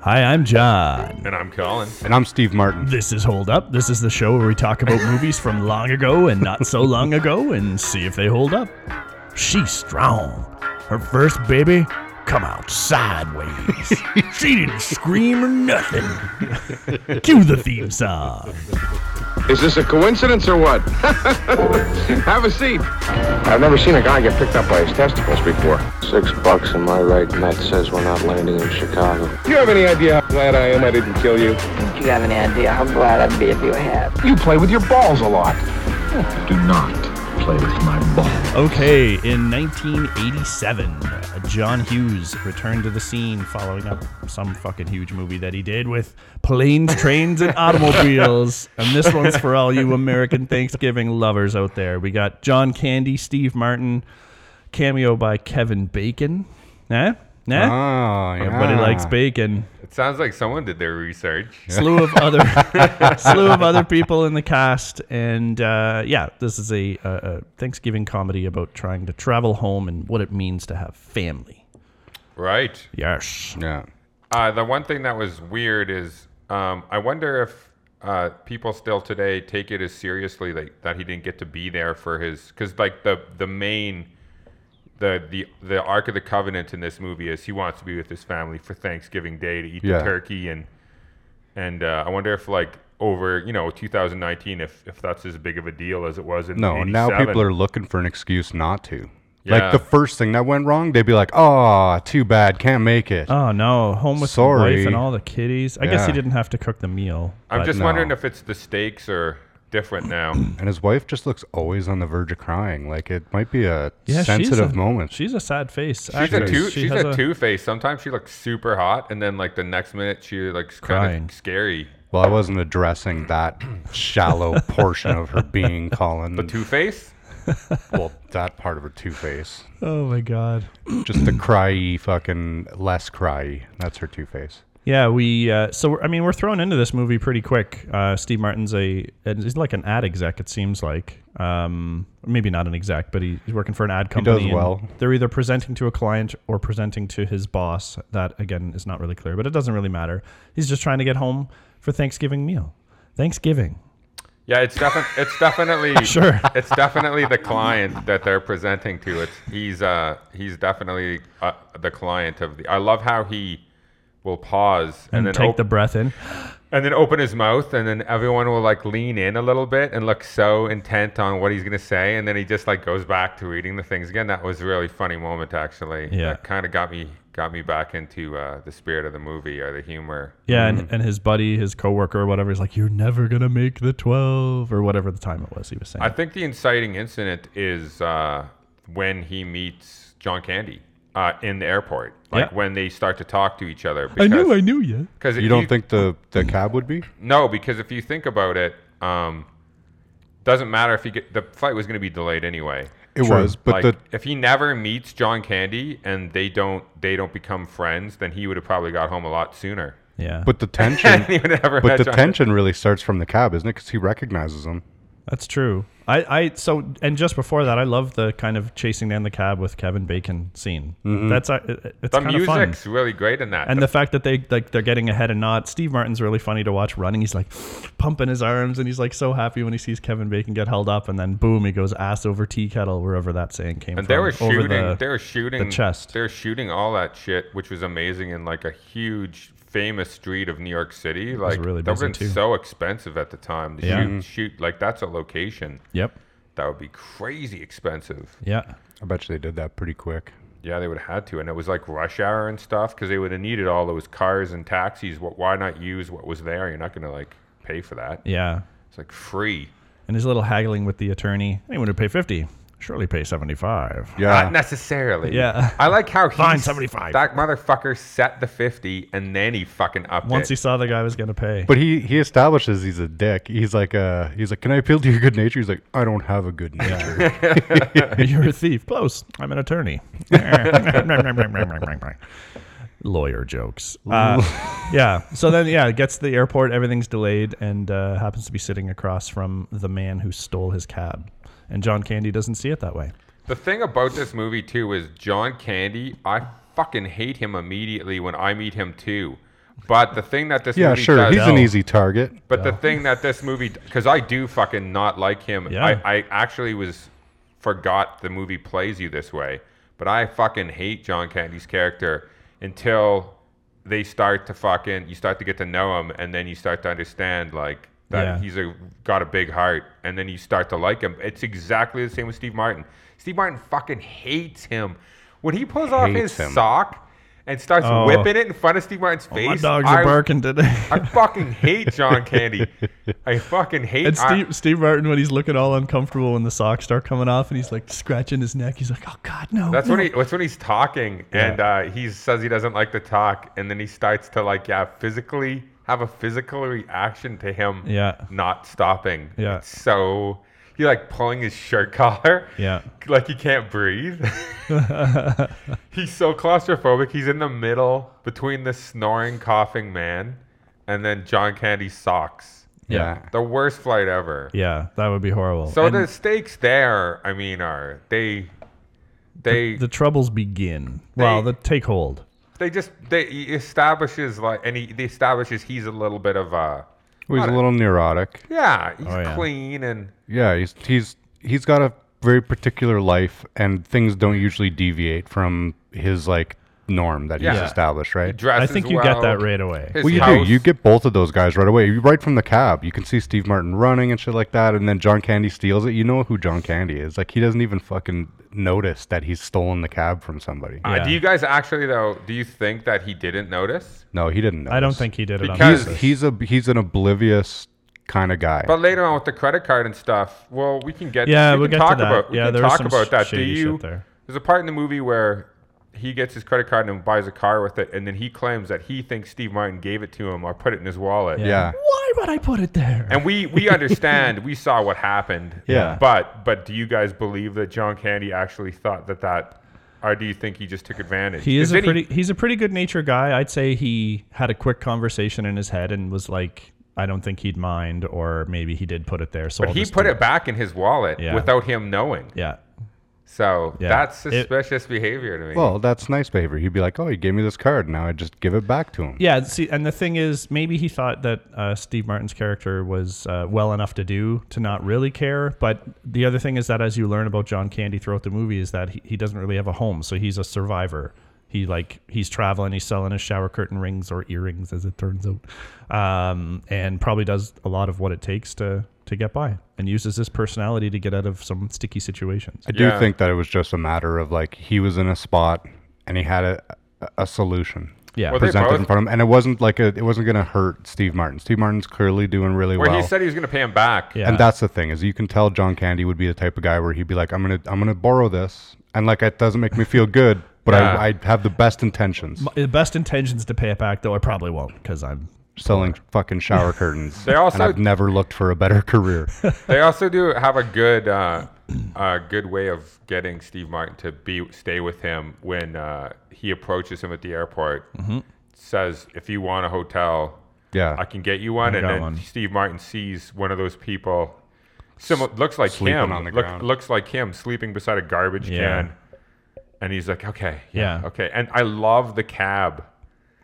Hi, I'm John. And I'm Colin. And I'm Steve Martin. This is Hold Up. This is the show where we talk about movies from long ago and not so long ago and see if they hold up. She's strong. Her first baby come out sideways. she didn't scream or nothing. Cue the theme song. Is this a coincidence or what? Have a seat. I've never seen a guy get picked up by his testicles before. Six bucks in my right nut says we're not landing in Chicago. Do you have any idea how glad I am I didn't kill you? you have any idea how glad I'd be if you had. You play with your balls a lot. Do not play with my balls. Okay, in 1987, John Hughes returned to the scene following up some fucking huge movie that he did with planes, trains, and automobiles. and this one's for all you American Thanksgiving lovers out there. We got John Candy, Steve Martin, cameo by Kevin Bacon. Nah, nah. Ah, Everybody yeah. likes bacon It sounds like someone did their research. slew of other slew of other people in the cast, and uh, yeah, this is a, a, a Thanksgiving comedy about trying to travel home and what it means to have family. Right. Yes, Yeah. Uh, the one thing that was weird is um, I wonder if uh, people still today take it as seriously like, that he didn't get to be there for his because like the the main the the the Ark of the Covenant in this movie is he wants to be with his family for Thanksgiving Day to eat Yeah. the turkey and and uh, I wonder if like over you know 2019 if if that's as big of a deal as it was in No, and now 87. people are looking for an excuse not to. Yeah. Like the first thing that went wrong, they'd be like, "Oh, too bad, can't make it." Oh no, home with the wife Sorry. and all the kitties. I guess he Yeah. didn't have to cook the meal. I'm but- just no. wondering if it's the stakes are different now. and his wife just looks always on the verge of crying. Like it might be a she's sensitive a- moment. She's a sad face. She's a two. She she's has a, two face. Sometimes she looks super hot, and then like the next minute she looks kind Crying. of scary. well, I wasn't addressing that shallow portion of her being, Colin. The two face. well, that part of her two face, Oh my god. just the cryy, fucking less cryy. That's her two face. Yeah, we. Uh, so we're, I mean, we're thrown into this movie pretty quick. Uh, Steve Martin's a and he's like an ad exec. It seems like um, maybe not an exec, but he, he's working for an ad company. does and well. They're either presenting to a client or presenting to his boss. That again is not really clear, but it doesn't really matter. He's just trying to get home for Thanksgiving meal. Thanksgiving. Yeah, it's definitely it's definitely Sure. It's definitely the client that they're presenting to. It's he's uh he's definitely uh, the client of the. I love how he will pause and, And, then take op- the breath in. and then open his mouth, and then everyone will like lean in a little bit and look so intent on what he's gonna say, and then he just like goes back to reading the things again. That was a really funny moment actually. Yeah. that kind of got me got me back into uh, the spirit of the movie or the humor. Yeah, Mm-hmm. and, and his buddy, his coworker, or whatever, is like, "You're never gonna make the 12 or whatever the time it was. He was saying. I think the inciting incident is uh, when he meets John Candy uh, in the airport, like Yeah. when they start to talk to each other. I Because, knew, I knew you. 'cause if You don't think the the cab would be? No, because if you think about it, um, doesn't matter if he get the flight was going to be delayed anyway. It was, like, but the if he never meets John Candy and they don't they don't become friends, then he would have probably got home a lot sooner. Yeah, but the tension And he would have never But met the John- tension really starts from the cab, isn't it? Because he recognizes him. That's true. I, I so and just before that, I love the kind of chasing down the cab with Kevin Bacon scene. That's uh, it- it's The kind of fun. music's really great in that. And the fact that they like they're getting ahead and not. Steve Martin's really funny to watch running. He's like pumping his arms and he's like so happy when he sees Kevin Bacon get held up and then boom he goes ass over tea kettle wherever that saying came And from. they were over shooting. the- they were shooting chest. They were shooting all that shit, which was amazing in like a huge, famous street of New York City. Like really that busy, was too. so expensive at the time to Yeah. Mm-hmm. shoot, shoot. Like that's a location Yep. that would be crazy expensive. Yeah. I bet you they did that pretty quick. Yeah, they would have had to, and it was like rush hour and stuff because they would have needed all those cars and taxis. What? Why not use what was there? You're not gonna like pay for that. Yeah. It's like free. And his little haggling with the attorney. Anyone who pay fifty, surely pay seventy five. Not necessarily. Yeah. I like how he Fine, s- 75. That motherfucker set the fifty, and then he fucking upped Once it. he saw the guy was gonna pay. But he he establishes he's a dick. He's like uh he's like, Can I appeal to your good nature? He's like, I don't have a good nature. You're a thief. Close. I'm an attorney. Lawyer jokes. Uh, yeah. So then, yeah, gets to the airport. Everything's delayed and uh, happens to be sitting across from the man who stole his cab. And John Candy doesn't see it that way. The thing about this movie too is John Candy. I fucking hate him immediately when I meet him too. But the thing that this Yeah, movie sure. does, Oh. He's an No. easy target. but the thing that this movie, because I do fucking not like him. Yeah. I, I actually was forgot the movie plays you this way, but I fucking hate John Candy's character until they start to fucking you start to get to know him, and then you start to understand like that Yeah. he's a got a big heart, and then you start to like him. It's exactly the same with Steve Martin. Steve Martin fucking hates him when he pulls off his Hates him. sock. And starts Oh. whipping it in front of Steve Martin's face. My dogs are I- barking today. I fucking hate John Candy. I fucking hate And I- Steve, Steve Martin, when he's looking all uncomfortable when the socks start coming off and he's like scratching his neck, he's like, oh, God, no. that's no. when he that's when he's talking and uh, he says he doesn't like to talk and then he starts to like yeah physically have a physical reaction to him Yeah. not stopping. Yeah. It's so he like pulling his shirt collar. Yeah. Like he can't breathe. he's so claustrophobic. He's in the middle between the snoring, coughing man and then John Candy's socks. Yeah. The worst flight ever. Yeah, that would be horrible. So And the stakes there, I mean, are they? They the troubles begin. well, the take hold. they just they he establishes like and he, he establishes he's a little bit of a Well, he's a little neurotic. yeah he's Oh, yeah. clean and Yeah, he's he's he's got a very particular life, and things don't usually deviate from his like norm that he's Yeah. established, he right? I dresses think you well. got that right away. His Well, you house, do. You get both of those guys right away. You- Right from the cab, you can see Steve Martin running and shit like that, and then John Candy steals it. You know who John Candy is? Like he doesn't even fucking notice that he's stolen the cab from somebody. Uh, Yeah. do you guys actually though? Do you think that he didn't notice? no, he didn't. Notice. I don't think he did it on Because- he's purpose. he's a he's an oblivious kind of guy. But later on with the credit card and stuff, well, we can get Yeah, we we'll can get to talk that. about we Yeah, can there was talk some about that. Do shady you? shit there. There's a part in the movie where he gets his credit card and buys a car with it, and then he claims that he thinks Steve Martin gave it to him or put it in his wallet. yeah. Why would I put it there? And we we understand, we saw what happened. Yeah. But but do you guys believe that John Candy actually thought that that, or do you think he just took advantage? He is a Did pretty he's a pretty good nature guy. I'd say he had a quick conversation in his head and was like, I don't think he'd mind, or maybe he did put it there. So But I'll he just put do it back in his wallet Yeah. without him knowing. Yeah. So Yeah. that's It- suspicious behavior to me. Well, that's nice behavior. He'd be like, "Oh, he gave me this card. Now I just give it back to him." Yeah, see, and the thing is, maybe he thought that uh, Steve Martin's character was uh, well enough to do to not really care. But the other thing is that as you learn about John Candy throughout the movie, is that he, he doesn't really have a home, so he's a survivor. He like he's traveling, he's selling his shower curtain rings or earrings, as it turns out, um, and probably does a lot of what it takes to to get by, and uses his personality to get out of some sticky situations. I do Yeah. think that it was just a matter of like he was in a spot and he had a a solution Yeah, Well, they presented in both- front of him, and it wasn't like a, it wasn't going to hurt Steve Martin. Steve Martin's clearly doing really where well. he said he was going to pay him back. yeah, and that's the thing is you can tell John Candy would be the type of guy where he'd be like, "I'm gonna I'm gonna borrow this," and like it doesn't make me feel good, but Yeah. I, I have the best intentions the best intentions to pay it back, though I probably won't because I'm selling fucking shower curtains. They also- and I've never looked for a better career. They also do have a good uh, a good way of getting Steve Martin to be stay with him when uh, he approaches him at the airport. Mm-hmm. Says, "If you want a hotel, Yeah, I can get you one." And got then one. Steve Martin sees one of those people, similar, looks like sleeping him, on the look- ground. looks like him sleeping beside a garbage Yeah. can, and he's like, "Okay, yeah, Yeah. okay." And I love the cab.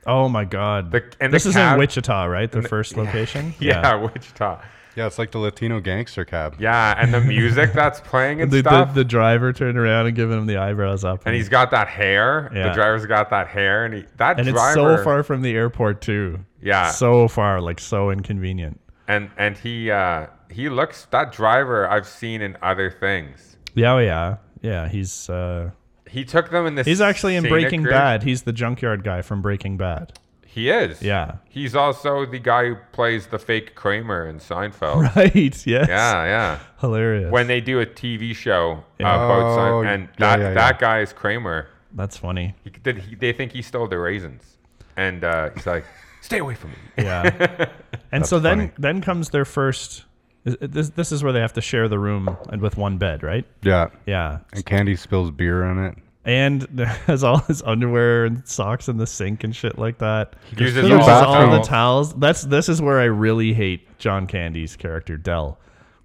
Oh my God! The- and the this is cab- in Wichita, right? The first location. Yeah, Wichita. yeah, it's like the Latino gangster cab. Yeah, and the music that's playing and The, the, stuff. the driver turned around and giving him the eyebrows up, and he's got that hair. The Yeah. driver's got that hair, and he that and it's driver. so far from the airport too. Yeah. so far, like so inconvenient. And and he uh, he looks that driver I've seen in other things. Yeah, oh yeah, yeah. He's uh, He took them in this. he's actually in scenic Breaking route. Bad. He's the junkyard guy from Breaking Bad. He is. Yeah. He's also the guy who plays the fake Kramer in Seinfeld. Right? Yes. Yeah, yeah. Hilarious. When they do a TV show uh, about Oh, Seinfeld, and yeah, that yeah, that yeah. guy is Kramer. That's funny. He, did he, they think he stole the raisins, and uh, he's like, "Stay away from me." Yeah. and so then funny. then comes their first. is- This this is where they have to share the room and with one bed, right? Yeah, Yeah. and Candy spills beer on it. and has all his underwear and socks in the sink and shit like that. He uses He all uses the all the towels. towels. That's this is where I really hate John Candy's character Dell,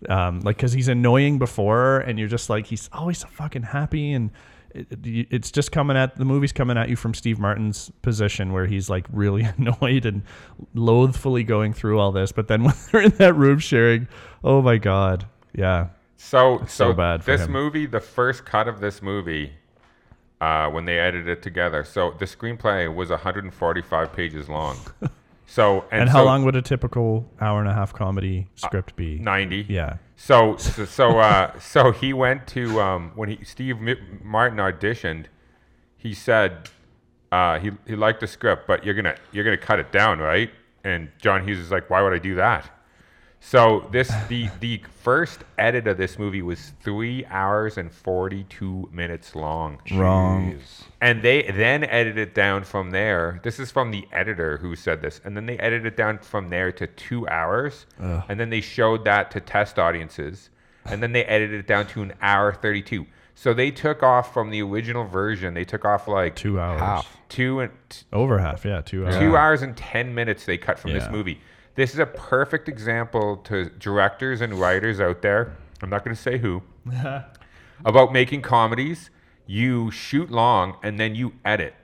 um, like because he's annoying before, and you're just like he's always so fucking happy and it- it- it's just coming at the movie's coming at you from Steve Martin's position where he's like really annoyed and loathfully going through all this. But then when they're in that room sharing, oh my god, yeah, So so, so bad for this him. movie, the first cut of this movie, uh, when they edited it together, so the screenplay was 145 pages long. So and, And how so- Uh, long would a typical hour and a half comedy script be? 90. Yeah. So so so, uh, so he went to um, when he Steve M- Martin auditioned, he said uh, he he liked the script, but you're gonna you're gonna cut it down, right? And John Hughes is like, why would I do that? So this the the first edit of this movie was three hours and forty two minutes long. Wrong. And they then edited it down from there. This is from the editor who said this. And then they edited it down from there to two hours. And then they showed that to test audiences. And then they edited it down to an hour 32. So they took off from the original version, they took off like Two hours. Half. two and t- Over half, yeah, two hours. two hours and 10 minutes they cut from this Yeah. movie. This is a perfect example to directors and writers out there. I'm not going to say who. about making comedies. You shoot long and then you edit.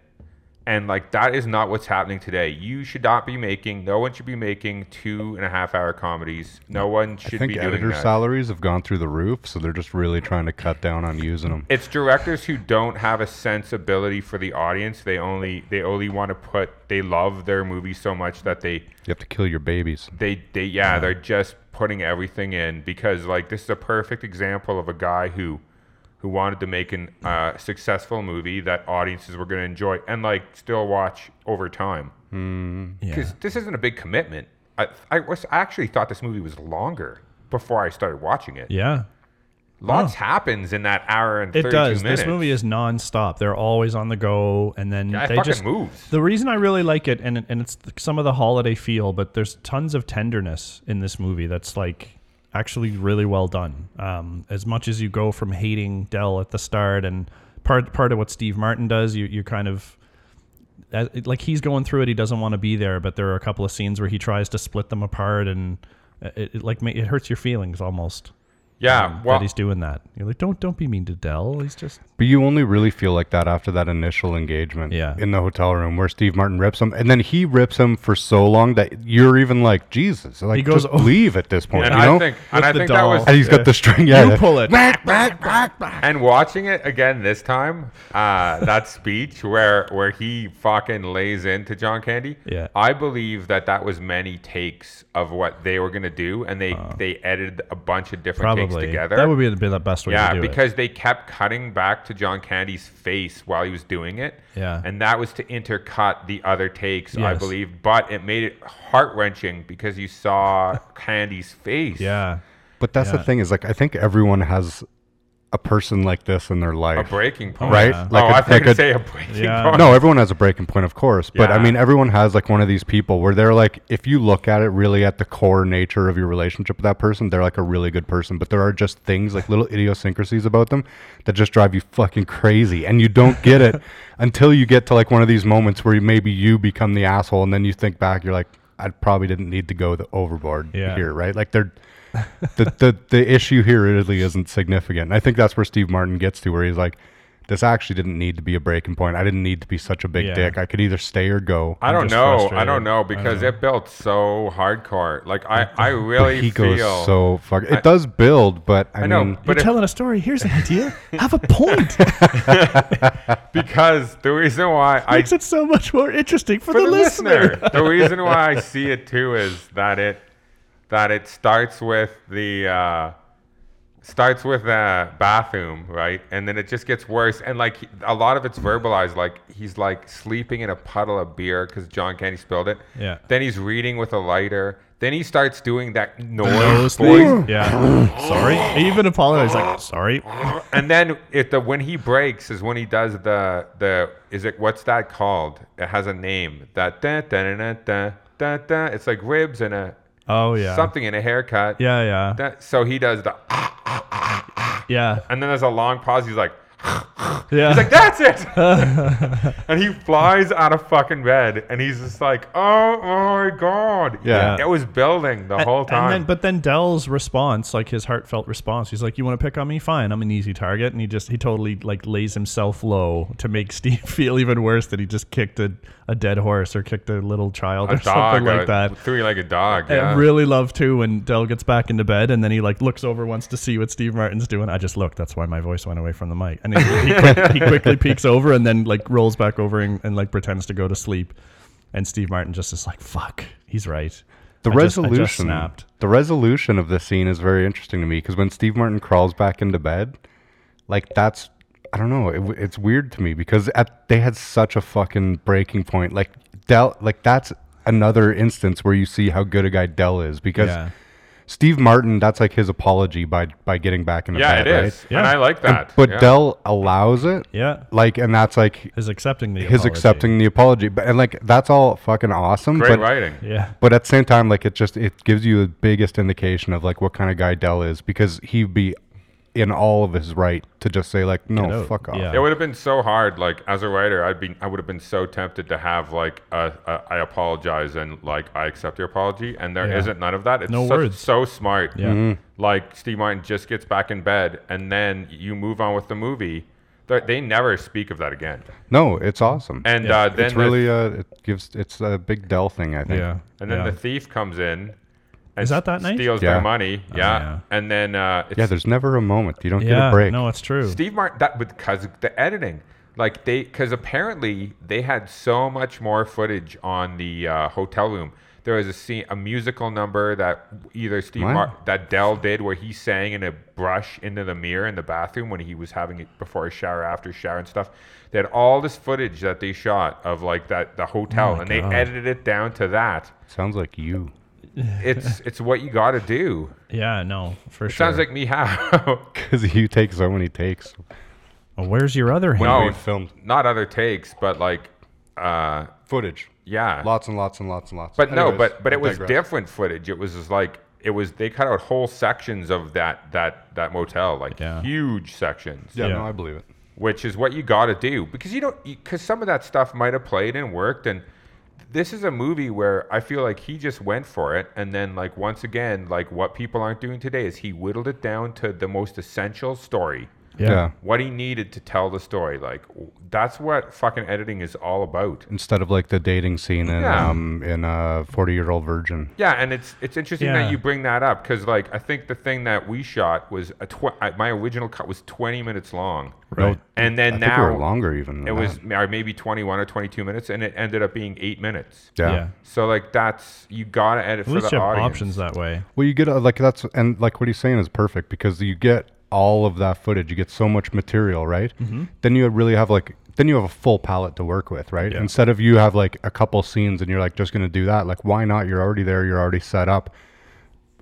And like that is not what's happening today. You should not be making. No one should be making two and a half hour comedies. No one should I think be doing editor that. salaries have gone through the roof, so they're just really trying to cut down on using them. it's directors who don't have a sensibility for the audience. They only they only want to put. They love their movie so much that they You have to kill your babies. they they yeah, they're just putting everything in because like this is a perfect example of a guy who who wanted to make an uh, successful movie that audiences were going to enjoy and like still watch over time Mm-hmm. Yeah. because this isn't a big commitment I, I was I actually thought this movie was longer before I started watching it yeah. lots happens in that hour and It 32 does. minutes This movie is nonstop. They're always on the go, and then Yeah, it they fucking just moves. The reason I really like it, and and it's th- some of the holiday feel, but there's tons of tenderness in this movie. That's like actually really well done. Um, as much as you go from hating Dell at the start, and part part of what Steve Martin does, you you kind of as, it- like he's going through it. He doesn't want to be there, but there are a couple of scenes where he tries to split them apart, and uh, it, it like ma- it hurts your feelings almost yeah well that Um, he's doing that. You're like, don't don't be mean to Dell. He's just But you only really feel like that after that initial engagement Yeah. in the hotel room where Steve Martin rips him. And then he rips him for so long that you're even like, Jesus, like, He goes, just "Oh." leave at this point. and you I know? think and with I the think doll. that was and he's got the string. Yeah, you pull it. And watching it again this time, uh, that speech where where he fucking lays into John Candy, Yeah. I believe that that was many takes of what they were gonna do, and they they edited a bunch of different takes Probably together. that would be the, be the best way yeah, to do it. because they kept cutting back to John Candy's face while he was doing it. Yeah. and that was to intercut the other takes, I Yes. believe. But it made it heart wrenching because you saw Candy's face. yeah, But that's Yeah. the thing is like, I think everyone has a person like this in their a life. breaking point. Right? yeah. Like oh, a- I think like a- to say a breaking Yeah. point. No, everyone has a breaking point, of course. But I Yeah. mean, everyone has like one of these people where they're like, if you look at it really at the core nature of your relationship with that person, they're like a really good person. But there are just things like little idiosyncrasies about them that just drive you fucking crazy. And you don't get it until you get to like one of these moments where you, maybe you become the asshole. And then you think back, you're like, I probably didn't need to go the overboard Yeah. here, right? Like they're. the, the the issue here really isn't significant. And I think that's where Steve Martin gets to, where he's like, "This actually didn't need to be a breaking point. I didn't need to be such a big Yeah. dick. I could either stay or go." I don't just know. I frustrated. don't know because it built so hardcore. Like I, I really but he feel. goes so fuck. It does build, but I, I know, mean, but You're if- telling a story. Here's an idea. Have a point. because the reason why I Makes it so much more interesting for, for the listener, the reason why I see it too is that it that it starts with the uh, starts with the bathroom, right, and then it just gets worse. And like he- a lot of it's verbalized. Like he's like sleeping in a puddle of beer because John Candy spilled it. Yeah. Then he's reading with a lighter. Then he starts doing that noise. Nose voice. thing. Yeah. sorry. He even apologized. Like, sorry. and then if the when he breaks is when he does the the is it what's that called? It has a name. That da da da da da da. It's like ribs and a Oh yeah. something and a haircut. Yeah, yeah, That, so he does the yeah. and then there's a long pause. He's like Yeah. He's like, that's it. and he flies out of fucking bed, and he's just like, oh my god. Yeah. It was building the And- whole time. And then, but then Dell's response, like his heartfelt response, he's like, "You want to pick on me? Fine, I'm an easy target." And he just he totally like lays himself low to make Steve feel even worse that he just kicked a, a dead horse or kicked a little child a or dog, something like a- that. Three like a dog. I Yeah. really love too when Dell gets back into bed and then he like looks over wants to see what Steve Martin's doing. I just looked. That's why my voice went away from the mic. And he, he, quick, he quickly peeks over and then like rolls back over and, and like pretends to go to sleep. And Steve Martin just is like, "Fuck, he's right." The I just- I resolution, just snapped. the resolution of this scene is very interesting to me because when Steve Martin crawls back into bed, like that's, I don't know, it, w- it's weird to me because at, they had such a fucking breaking point. Like Dell, like that's another instance where you see how good a guy Dell is because Yeah. Steve Martin, that's like his apology by by getting back into yeah, bed. it is. Yeah. And I like right? that. But yeah. Dell allows it. Yeah. Like, and that's like His accepting the his apology. accepting the apology, but and like that's all fucking awesome. Great but writing. Yeah. but at the same time like it just it gives you the biggest indication of like what kind of guy dell is because he'd be in all of his right to just say like no out. Oh, fuck off Yeah. It would have been so hard. Like as a writer, I'd been I would have been so tempted to have like a, a I apologize and like I accept your apology, and there Yeah. not none of that. It's No such- words. So smart. Yeah. Mhm. Like Steve Martin just gets back in bed, and then you move on with the movie. They- They never speak of that again. no it's awesome And Yeah. uh, then it's the- really uh it gives it's a big dell thing i think Yeah. and then yeah. the thief comes in. And Is that that night? Steals Yeah. their money. Yeah. yeah. And then uh, it's yeah there's never a moment you don't get Yeah, a break No, it's true. Steve Martin that because the editing, like they because apparently they had so much more footage on the uh, hotel room. There was a scene, a musical number that either Steve Wow. Mar- that Dell did where he sang in a brush into the mirror in the bathroom when he was having it before his shower, after his shower, and stuff. They had all this footage that they shot of like that the hotel, and they edited it down to that. sounds like you It's it's what you got to do. yeah, no, for sure. Sounds like me how. because you take so many takes Well, where's your other hand? no, we filmed. not other takes, but like. Uh, footage Yeah. lots and lots and lots and lots but no, Anyways, but but I it was digress. different footage. It was just like it was they cut out whole sections of that that that motel, like Yeah. huge sections, yeah, Yeah. no i believe it which is what you got to do because you don't because some of that stuff might have played and worked and this is a movie where I feel like he just went for it and then like once again like what people aren't doing today is he whittled it down to the most essential story. Yeah. yeah. What he needed to tell the story, like w- that's what fucking editing is all about. instead of like the dating scene in Yeah. um in uh 40 year old virgin Yeah, and it's it's interesting Yeah. that you bring that up because like I think the thing that we shot was a tw- I- my original cut was 20 minutes long, Right. and then I think we now were longer even than it was that. ma- or maybe 21 or 22 minutes, and it ended up being eight minutes. yeah. yeah. So like that's you gotta edit At for least the you have audience. options that way. Well, you get uh, like that's and like what he's saying is perfect because you get all of that footage. You get so much material, right? Mm-hmm. Then you really have like then you have a full palette to work with, right? Yeah. Instead of you have like a couple scenes and you're like just gonna do that. Like why not? You're already there. You're already set up.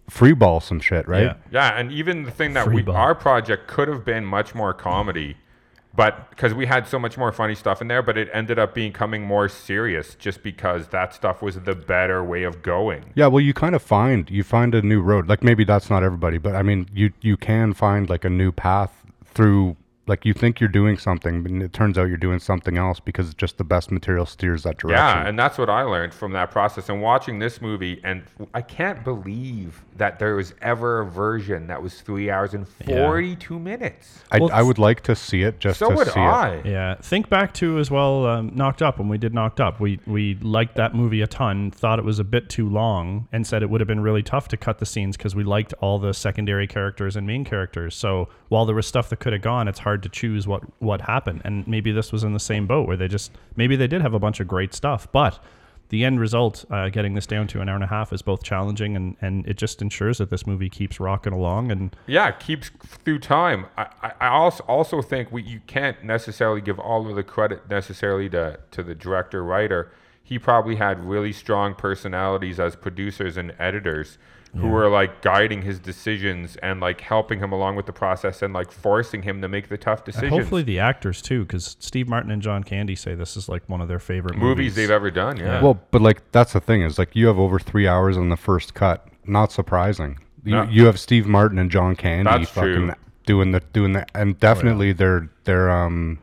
Free ball some shit, right? Yeah. Yeah, and even the thing that Free we ball. our project could have been much more comedy, but because we had so much more funny stuff in there, but it ended up becoming more serious just because that stuff was the better way of going. Yeah, well, you kind of find you find a new road. Like maybe that's not everybody, but I mean, you you can find like a new path through. Like you think you're doing something, but it turns out you're doing something else because just the best material steers that direction. Yeah, and that's what I learned from that process. And watching this movie, and I can't believe that there was ever a version that was three hours and Yeah. forty-two minutes. I, Well, I would like to see it just So to would see it. I. Yeah. Think back to as well, um, Knocked Up when we did Knocked Up. We we liked that movie a ton, thought it was a bit too long, and said it would have been really tough to cut the scenes because we liked all the secondary characters and main characters. So while there was stuff that could have gone, it's hard to choose what what happened. And maybe this was in the same boat where they just maybe they did have a bunch of great stuff, but the end result, uh, getting this down to an hour and a half, is both challenging and, and it just ensures that this movie keeps rocking along. And Yeah, it keeps through time. I, I, I also also think we you can't necessarily give all of the credit necessarily to to the director writer. He probably had really strong personalities as producers and editors who were like guiding his decisions and like helping him along with the process and like forcing him to make the tough decisions. Hopefully the actors too, because Steve Martin and John Candy say this is like one of their favorite movies movies. they've ever done. Yeah. Well, but like that's the thing is like you have over three hours on the first cut. Not surprising. You, No. you have Steve Martin and John Candy That's fucking true. doing the doing the and definitely they're they're um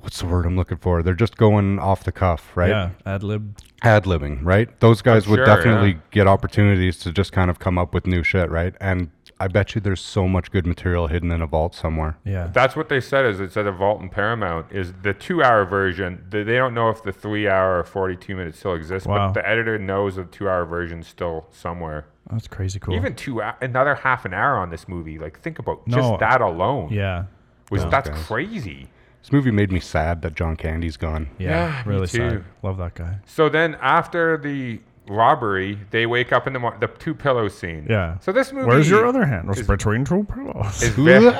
what's the word I'm looking for? They're just going off the cuff, right? Yeah, ad lib. ad libbing, right? Those guys would sure, definitely yeah. get opportunities to just kind of come up with new shit, right? And I bet you there's so much good material hidden in a vault somewhere. Yeah. That's what they said. Is it said of Vault and Paramount is the two-hour version. They they don't know if the three-hour or forty-two minutes still exists, Wow. but the editor knows the two-hour version's still somewhere. That's crazy cool. Even two, hou- another half an hour on this movie. Like think about No. just that alone. yeah. was that's guys. crazy. This movie made me sad that John Candy's gone. Yeah. Yeah, me really too. sad. Love that guy. So then after the robbery, they wake up in the morning. The two pillow scene. Yeah. So this movie. Where's your other hand? It's is- between two pillows. is ve-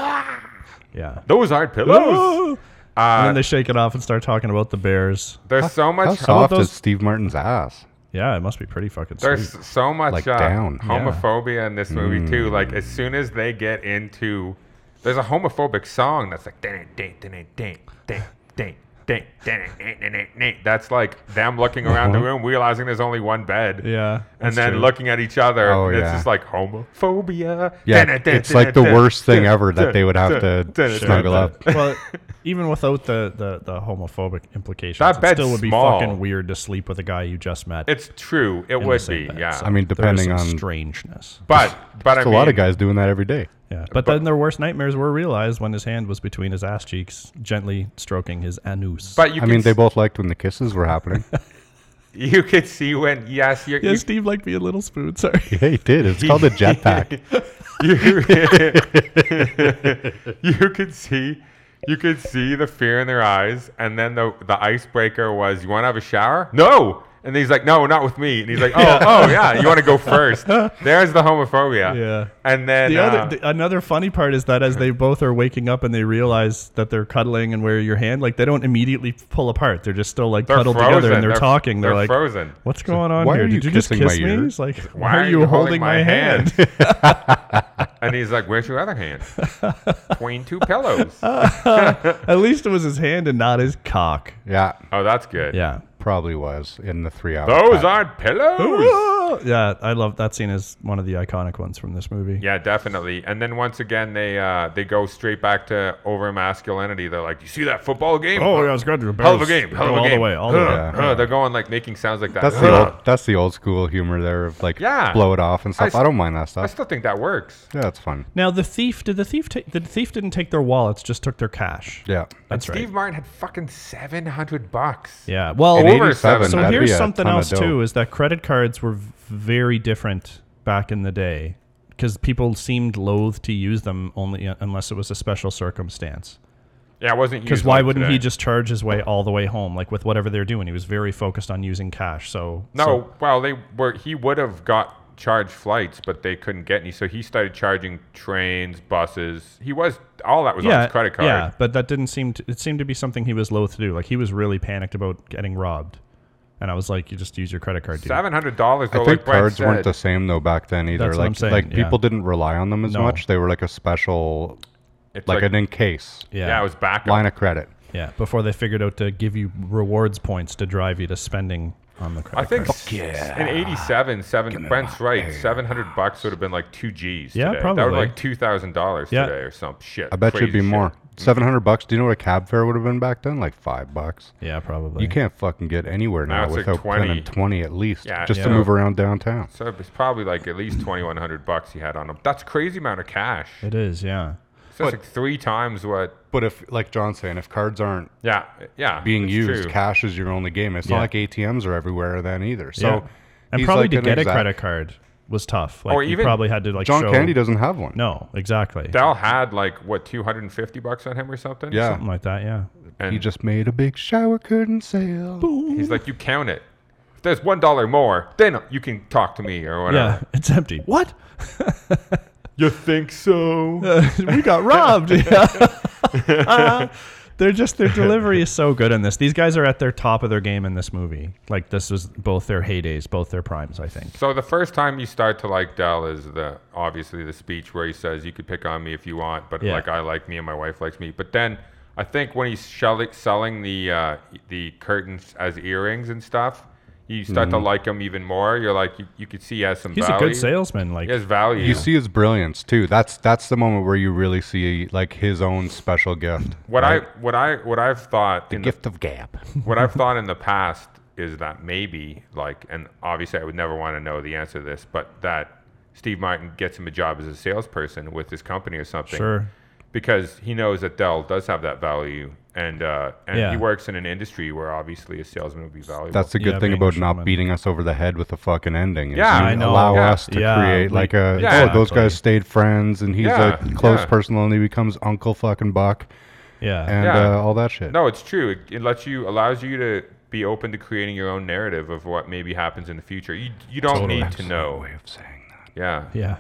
yeah. those aren't pillows. and Uh, then they shake it off and start talking about the bears. there's so How much. soft those- is Steve Martin's ass? Yeah, it must be pretty fucking sweet. There's so much Like, uh, down. Yeah. Mm. homophobia in this movie too. Like as soon as they get into, there's a homophobic song that's like ding ding ding ding ding ding ding ding ding ding ding ding. That's like them looking around Uh-huh. the room, realizing there's only one bed. Yeah, and that's then true. looking at each other. Oh, and It's yeah. just like homophobia. Yeah, Dun, dun, it's dun, like the dun, worst dun, thing ever dun, that they would have dun, dun, dun, to dun, snuggle dun. up. well, even without the, the, the homophobic implications, That it bed's still would be small. fucking weird to sleep with a guy you just met. It's true. It in the would same be. bed, Yeah. so I mean, there is depending some on- strangeness. but but I There's a mean, lot of guys doing that every day. Yeah, but, then their worst nightmares were realized when his hand was between his ass cheeks, gently stroking his anus. But you I can mean, they s- both liked when the kisses were happening. you could see when yes you're, yeah, you Steve liked being a little spoon. Sorry. yeah, he did. It's called a jetpack. you, you could see you could see the fear in their eyes and then the the icebreaker was you want to have a shower no and he's like no not with me and he's like oh oh yeah you want to go first there's the homophobia Yeah. and then The uh, other, the, another funny part is that as they both are waking up and they realize that they're cuddling and where your hand, like they don't immediately pull apart. They're just still like They're cuddled together frozen. and they're, They're- talking. They're, they're like, frozen. "What's going on why here? are you Did you just kissing my kiss me?" ear? He's like, "Why, are you holding my hand?" and he's like where's your other hand between two pillows oh At least it was his hand and not his cock. yeah, that's good Yeah. probably was in the three hours. those aren't pillows Ah! Yeah, I love that scene. Is one of the iconic ones from this movie. Yeah, definitely. And then once again, they uh, they go straight back to over masculinity. They're like, "You see that football game? Oh, yeah, it's good. hell of a game, hell of a all game, the way, all the way. Ugh, ugh." They're going like making sounds like that. That's the Ugh. old, that's the old school humor there of like Yeah. blow it off and I stuff. I, s- don't mind that I stuff. still think that works. yeah, it's fun. Now the thief did the thief take the thief didn't take their wallets, just took their cash. Yeah. that's Steve right. Martin had fucking seven hundred bucks. Yeah. Well, In over. 87, So that'd be here's a something ton of else dough. too: is that credit cards were v- very different back in the day because people seemed loath to use them only uh, unless it was a special circumstance. Yeah, it wasn't Because used why like wouldn't he today. just charge his way all the way home, like with whatever they're doing? He was very focused on using cash. So No, so- well, they were. He would have got charged flights, but they couldn't get any. So he started charging trains, buses. He was all that was on his credit card. Yeah, but that didn't seem to, it seemed to be something he was loath to do. Like he was really panicked about getting robbed. And I was like, you just use your credit card, dude. Seven hundred dollars. I think cards weren't the same though back then either. That's what like I'm saying, like yeah. people didn't rely on them as No. much. They were like a special It's like, like, an in case Yeah. yeah. it was back line of credit. Yeah, before they figured out to give you rewards points to drive you to spending on the credit I think card. s- in '87, seven. Brent's right. Seven hundred bucks would have been like two G's. Yeah, today. That would probably. be like two thousand dollars Yeah. today or some shit. I bet you Crazy it'd be shit. more. Mm. Seven hundred bucks. Do you know what a cab fare would have been back then? Like five bucks. Yeah, probably. You can't fucking get anywhere now it's like without 20. spending twenty at least. Yeah, just to yeah. move around downtown. So it's probably like at least twenty-one hundred bucks he had on him. That's a crazy amount of cash. It is, yeah. So it's like three times what. But if like John's saying, if cards aren't Yeah, yeah. being it's used, true. cash is your only game. It's Yeah. not like ATMs are everywhere then either. So Yeah. and he's probably like to an get a exact- credit card was tough. Like Or you even probably had to like John show, Candy doesn't have one. No, exactly. Dell had like what two hundred and fifty bucks on him or something. Yeah. Something like that, yeah. and He just made a big shower curtain sale. he's like, you count it. If there's one dollar more, then you can talk to me or Yeah, whatever. it's empty. What? You think so? we got robbed. Yeah. They're just their delivery is so good in this. These guys are at their top of their game in this movie. Like this was both their heydays, both their primes, I think. So the first time you start to like Dell is the obviously the speech where he says you could pick on me if you want, but Yeah. like I like me and my wife likes me. But then I think when he's shell- selling the uh, the curtains as earrings and stuff, you start to like him even more. You're like, you, you could see he has some Mm-hmm. He's a value. good salesman. Like He has value. You see his brilliance too. That's that's the moment where you really see like his own special gift. what I what I what I've thought in the gift of gab. what I've thought in the past is that maybe, like, and obviously I would never want to know the answer to this, but that Steve Martin gets him a job as a salesperson with his company or something. Sure. Because he knows that Dell does have that value, and uh, and Yeah. he works in an industry where obviously a salesman would be valuable. That's the good Yeah, thing being about a showman. not beating us over the head with a fucking ending. is Yeah, you I know. Allow Yeah. us to Yeah, create like- like a Yeah. oh those Exactly. guys stayed friends and he's Yeah, a close yeah. personal and he becomes Uncle fucking Buck yeah. and Yeah. uh, all that shit. no, it's true. It, it lets you allows you to be open to creating your own narrative of what maybe happens in the future. You you don't need to Excellent know. way of saying that. Yeah. yeah.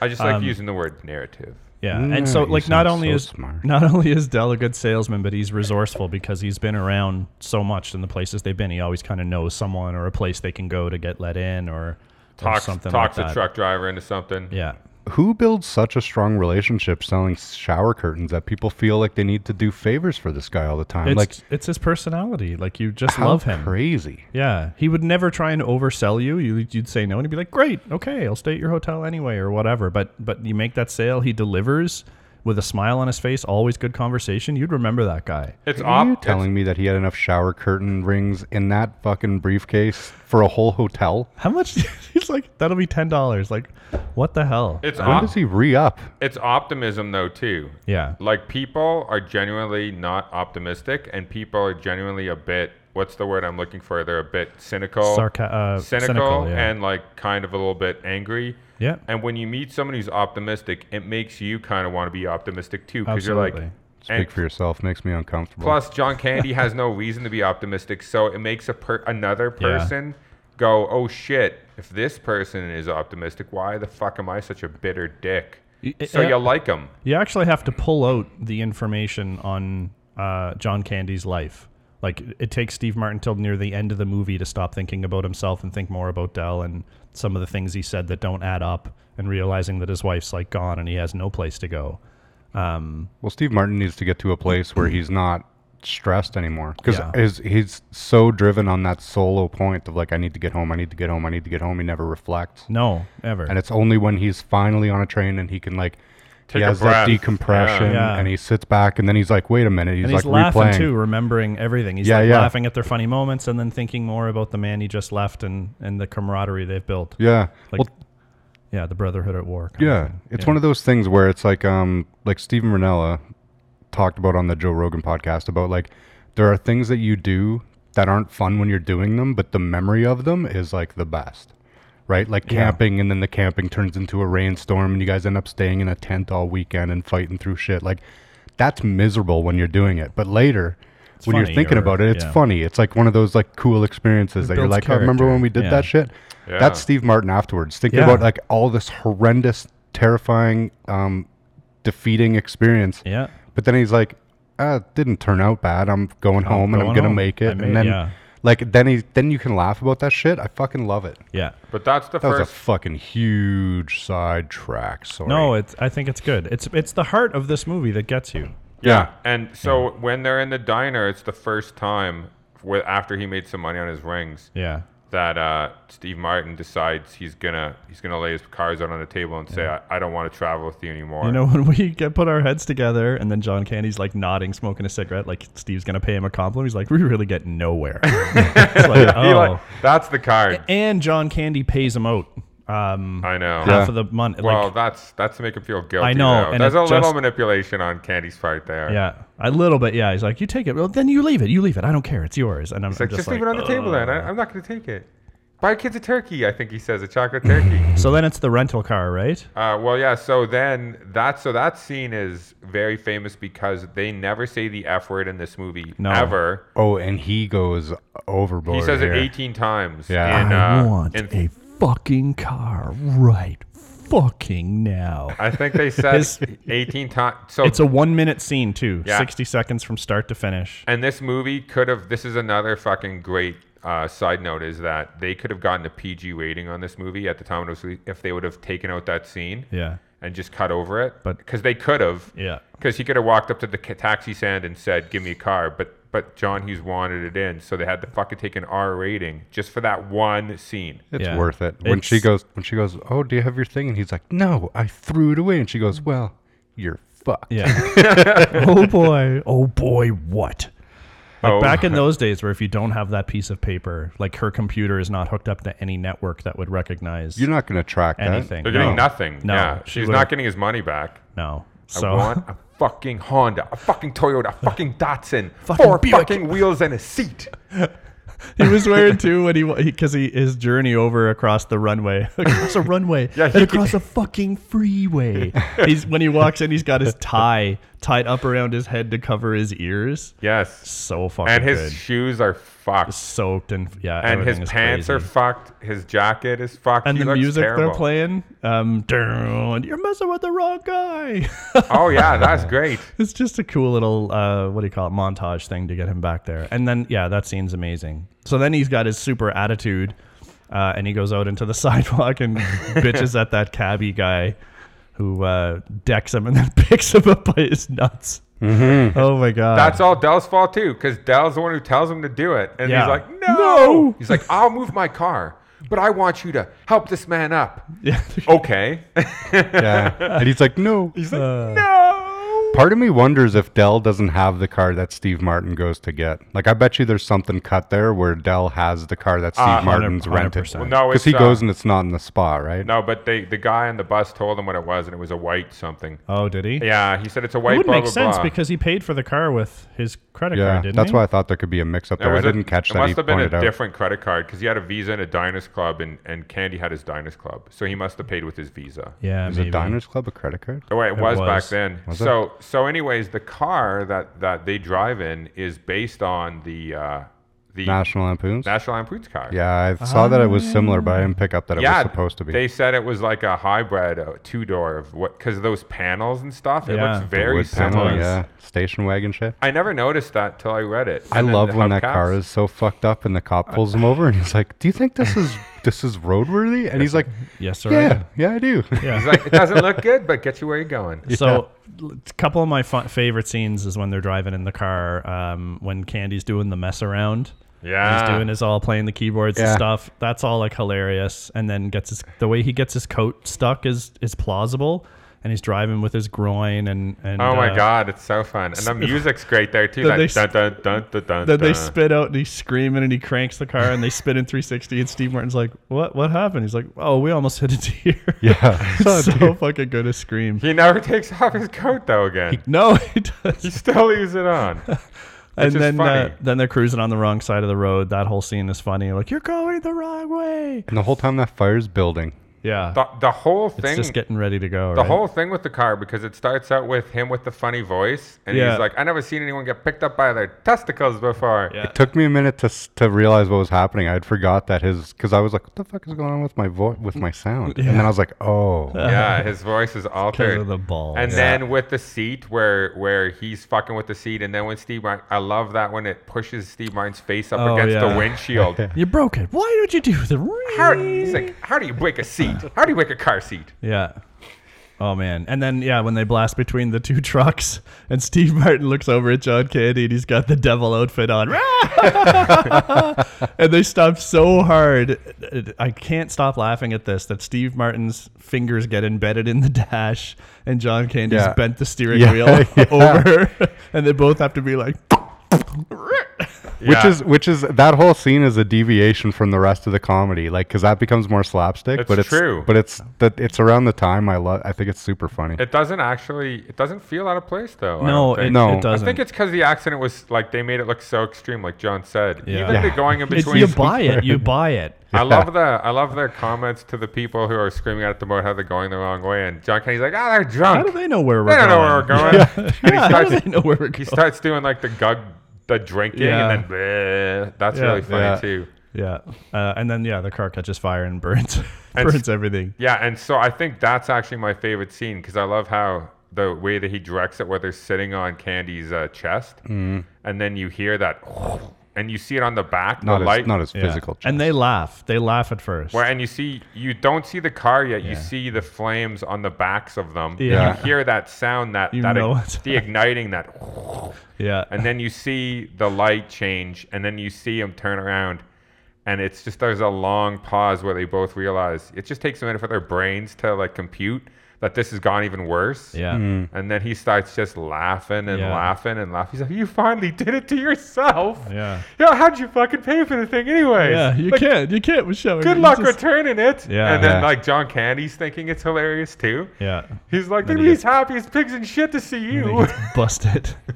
I just like Um, using the word narrative. Yeah, and so Yeah, you like not sound only so is smart. not only is Dell a good salesman, but he's resourceful because he's been around so much in the places they've been. He always kind of knows someone or a place they can go to get let in or, or Talks something talks like a that. truck driver into something. Yeah, Who builds such a strong relationship selling shower curtains that people feel like they need to do favors for this guy all the time? it's like it's his personality. Like you just how love him. crazy. Yeah, he would never try and oversell you. you. You'd say no, and he'd be like, "Great, okay, I'll stay at your hotel anyway, or whatever." But but you make that sale, he delivers with a smile on his face. Always good conversation. You'd remember that guy. It's Are you op- it's telling me that he had enough shower curtain rings in that fucking briefcase for a whole hotel? How much? he's like, "That'll be ten dollars." Like, what the hell? It's When op- does he re up? it's optimism though too. yeah. Like people are genuinely not optimistic, and people are genuinely a bit. What's the word I'm looking for? They're a bit cynical, Sarca- uh, cynical, cynical, yeah. and like kind of a little bit angry. Yeah. And when you meet someone who's optimistic, it makes you kind of want to be optimistic too, because you're like. Absolutely. and Speak for yourself. Makes me uncomfortable. plus, John Candy has no reason to be optimistic, so it makes a per- another person go, "Oh shit! If this person is optimistic, why the fuck am I such a bitter dick?" Y- So yeah. you like him. You actually have to pull out the information on uh, John Candy's life. Like it takes Steve Martin till near the end of the movie to stop thinking about himself and think more about Dell and some of the things he said that don't add up, and realizing that his wife's like gone and he has no place to go. Well, Steve Martin needs to get to a place where he's not stressed anymore because Yeah. he's, he's so driven on that solo point of like, I need to get home, I need to get home, I need to get home. He never reflects. No, ever. And it's only when he's finally on a train and he can like, Take he a has that breath. decompression Yeah. Yeah. and he sits back and then he's like, wait a minute. He's, And he's like laughing replaying. too, remembering everything. He's Yeah, like yeah. laughing at their funny moments and then thinking more about the man he just left and, and the camaraderie they've built. Yeah. Like, well, yeah, the brotherhood at war. kind of Yeah, thing. it's Yeah. one of those things where it's like, um, like Stephen Ranella talked about on the Joe Rogan podcast about like there are things that you do that aren't fun when you're doing them, but the memory of them is like the best, right? Like camping, and then the camping turns into a rainstorm, and you guys end up staying in a tent all weekend and fighting through shit. Like that's miserable when you're doing it, but later. when funny you're thinking or- about it, it's yeah. funny. It's like one of those like cool experiences that you're builds like, oh, remember when character. we did Yeah. that shit? Yeah. That's Steve Martin afterwards, thinking Yeah. about like all this horrendous, terrifying, um, defeating experience. Yeah. But then he's like, ah, it didn't turn out bad. I'm going home and I'm going gonna home. make it. I made- and then yeah. like then he then you can laugh about that shit. I fucking love it. Yeah. But that's the That was a first fucking huge sidetrack. Sorry. No, it's. I think it's good. It's it's the heart of this movie that gets you. yeah. And so when they're in the diner, it's the first time where after he made some money on his rings Yeah. that uh, Steve Martin decides he's gonna he's gonna lay his cards out on the table and say, I, I don't want to travel with you anymore. You know when we get put our heads together, and then John Candy's like nodding, smoking a cigarette, like Steve's gonna pay him a compliment. He's like, we really get nowhere. It's like, He like- oh. that's the card. And John Candy pays him out. Um, I know. half of the money. Well, Like, that's that's to make him feel guilty. I know, though. and There's it a little just- manipulation on Candy's part there. yeah, a little bit. Yeah, he's like, you take it. Well, then you leave it. You leave it. I don't care. It's yours. And I'm, It's like I'm just, just, leave it like, on the table then. "Ugh." I, I'm not gonna take it. Buy kids a turkey. I think he says a chocolate turkey. So then it's the rental car, right? Uh, well, yeah. So then that so that scene is very famous because they never say the F word in this movie No. ever. Oh, and he goes overboard. He says it here. 18 times. Yeah. In, I uh, want in- a fucking car right fucking now. I think they said His- 18 times. So It's a one minute scene too. Oh. Yeah. Sixty seconds from start to finish. and this movie could have. This is another fucking great. Uh, side note is that they could have gotten a PG rating on this movie at the time it was released if they would have taken out that scene Yeah. and just cut over it. But- because they could have, Yeah. because he could have walked up to the ca- taxi stand and said, "Give me a car," but but John Hughes wanted it in, so they had to fucking take an R rating just for that one scene. It's Yeah. worth it. When she It's- goes, when she goes, oh, do you have your thing? And he's like, no, I threw it away. And she goes, well, you're fucked. Yeah. oh boy. Oh boy. What? Like Oh. back in those days, where if you don't have that piece of paper, like her computer is not hooked up to any network that would recognize You're not going to track anything. They're getting no, nothing. No, yeah, she she's would've- not getting his money back. no. I So want a fucking Honda, a fucking Toyota, a fucking Datsun, Fucking four Buick. fucking wheels and a seat. he was wearing too when he because he, his journey over across the runway, across a runway, and he- across a fucking freeway. he's when he walks in, he's got his tie tied up around his head to cover his ears. Yes, So fucking and his good. shoes are fucked, soaked and yeah, and his everything is pants crazy. are fucked. His jacket is fucked. and he the looks music terrible. they're playing, um, "Dun, you're messing with the wrong guy. Oh yeah, that's great. it's just a cool little uh, what do you call it montage thing to get him back there. And then yeah, that scene's amazing. So then he's got his super attitude, uh, and he goes out into the sidewalk and bitches at that cabbie guy who uh, decks him and then picks him up by his nuts. Oh my god, Mm-hmm. That's all Dell's fault too, because Dell's the one who tells him to do it, and Yeah. he's like, no. No. He's like, I'll move my car, but I want you to help this man up. yeah. Okay. nothing. Yeah. and he's like, no. Uh, no. Part of me wonders if Dell doesn't have the car that Steve Martin goes to get. Like, I bet you there's something cut there where Dell has the car that Steve Martin's rented. 100%. Well, no, because it's, he uh, goes and it's not in the spa, right? No, but they, the guy on the bus told him what it was, and it was a white something. oh, did he? Yeah, he said it's a It white. would blah, make blah, sense blah. because he paid for the car with his credit yeah, card, didn't that's he? why I thought there could be a mix-up there. I was a- didn't catch it that. must He have been pointed a out. different credit card because he had a Visa and a Diners Club, and, and Candy had his Diners Club, so he must have paid with his Visa. yeah, Is maybe. a Diners Club a credit card? Oh, it, was, back was. then. Was it? so so anyways, the car that, that they drive in is based on the uh, the National Lampoons. National Lampoon's car. Yeah, I saw that it was similar, but I didn't pick up that it Ah. Yeah, was supposed to be. They said it was like a hybrid uh, two door of what because of those panels and stuff. It Yeah. The looks very Wood panel, similar. yeah, station wagon shit. I never noticed that till I read it. I And then love the when that hubcaps. car is so fucked up and the cop pulls him over and he's like, "Do you think this is this is roadworthy?" And he's like, Yes, sir. "Yeah, yeah, I do." He's like, it doesn't look good, but get you where you're going. So, l- a couple of my fu- favorite scenes is when they're driving in the car, um, when Candy's doing the mess around. Yeah. he's doing his all playing the keyboards and Yeah. stuff. That's all like hilarious. And then gets his the way he gets his coat stuck is is plausible. And he's driving with his groin and and Oh my uh, god, it's so fun, and the music's great there too. Then Like, they dun, s- dun, dun, dun, dun, Then they dun. spit out and he's screaming and he cranks the car and they spin in 360 and Steve Martin's like, what what happened? He's like, oh, we almost hit a deer. yeah, It's so fucking good a scream. He never takes off his coat though again. No, he does. He still leaves it on. and is then funny. Uh, then they're cruising on the wrong side of the road. That whole scene is funny. Like you're going the wrong way. and the whole time that fire's building. Yeah, The, the whole it's thing, just getting ready to go. the right? whole thing with the car, because it starts out with him with the funny voice, and Yeah. he's like, "I never seen anyone get picked up by their testicles before." Yeah. Took me a minute to s- to realize what was happening. I had forgot that his because I was like, "What the fuck is going on with my voice with my sound?" And then I was like, "Oh, Yeah, his voice is because altered. of the ball. and then with the seat where where he's fucking with the seat, and then when Steve Martin, I love that when it pushes Steve Martin's face up Oh, against yeah. the windshield. you broke it. Why did you do the? How, he's like, how do you break a seat? How do you break a car seat? Yeah. Oh man. And then yeah, when they blast between the two trucks, and Steve Martin looks over at John Candy, and he's got the devil outfit on. and they stop so hard, I can't stop laughing at this. That Steve Martin's fingers get embedded in the dash, and John Candy's Yeah. bent the steering Yeah, wheel yeah. over, and they both have to be like, Which Yeah. is which is that whole scene is a deviation from the rest of the comedy, like because that becomes more slapstick. It's but it's true. But it's that it's around the time I love. I think it's super funny. It doesn't actually. It doesn't feel out of place though. I "No, don't it, think. No. it I I doesn't." think it's because the accident was like they made it look so extreme, like John said. Yeah. Even Yeah. the going in It's- between. you buy it. You buy it. I love the I love their comments to the people who are screaming out at the boat how they're going the wrong way, and John Kenny's like, "Ah, they're How drunk. do they know where we're They don't know where we're going? going." And he How do starts they know where we're he going? starts doing like the gug the drinking, Yeah. and then bleh. that's Yeah. really funny Yeah. too. Yeah, uh, and then yeah, the car catches fire and burns, And burns s- everything. Yeah, and so I think that's actually my favorite scene because I love how the way Mm-hmm. that he directs it, where they're sitting on Candy's uh, chest, and then you hear that, and you see it on the back, Not the as light. not as Yeah. physical. Chest. And they laugh. They laugh at first. Well, and you see, you don't see the car yet. You see the flames on the backs of them. Yeah. You hear that sound, that You that know ig- it's- the igniting, that, yeah. and then you see the light change, and then you see him turn around, and it's just there's a long pause where they both realize it just takes a minute for their brains to like compute that this has gone even worse. yeah. Hmm. And then he starts just laughing and Yeah. laughing and laughing. He's like, "You finally did it to yourself. Yeah. Yo, how'd you fucking pay for the thing, anyways? Yeah. You Like, can't. You can't, Michelle. good You luck just- returning it. Yeah. And then Yeah. like John Candy's thinking it's hilarious too. Yeah. He's like, Then look he at these gets- happy as pigs and shit to see And you. he gets busted.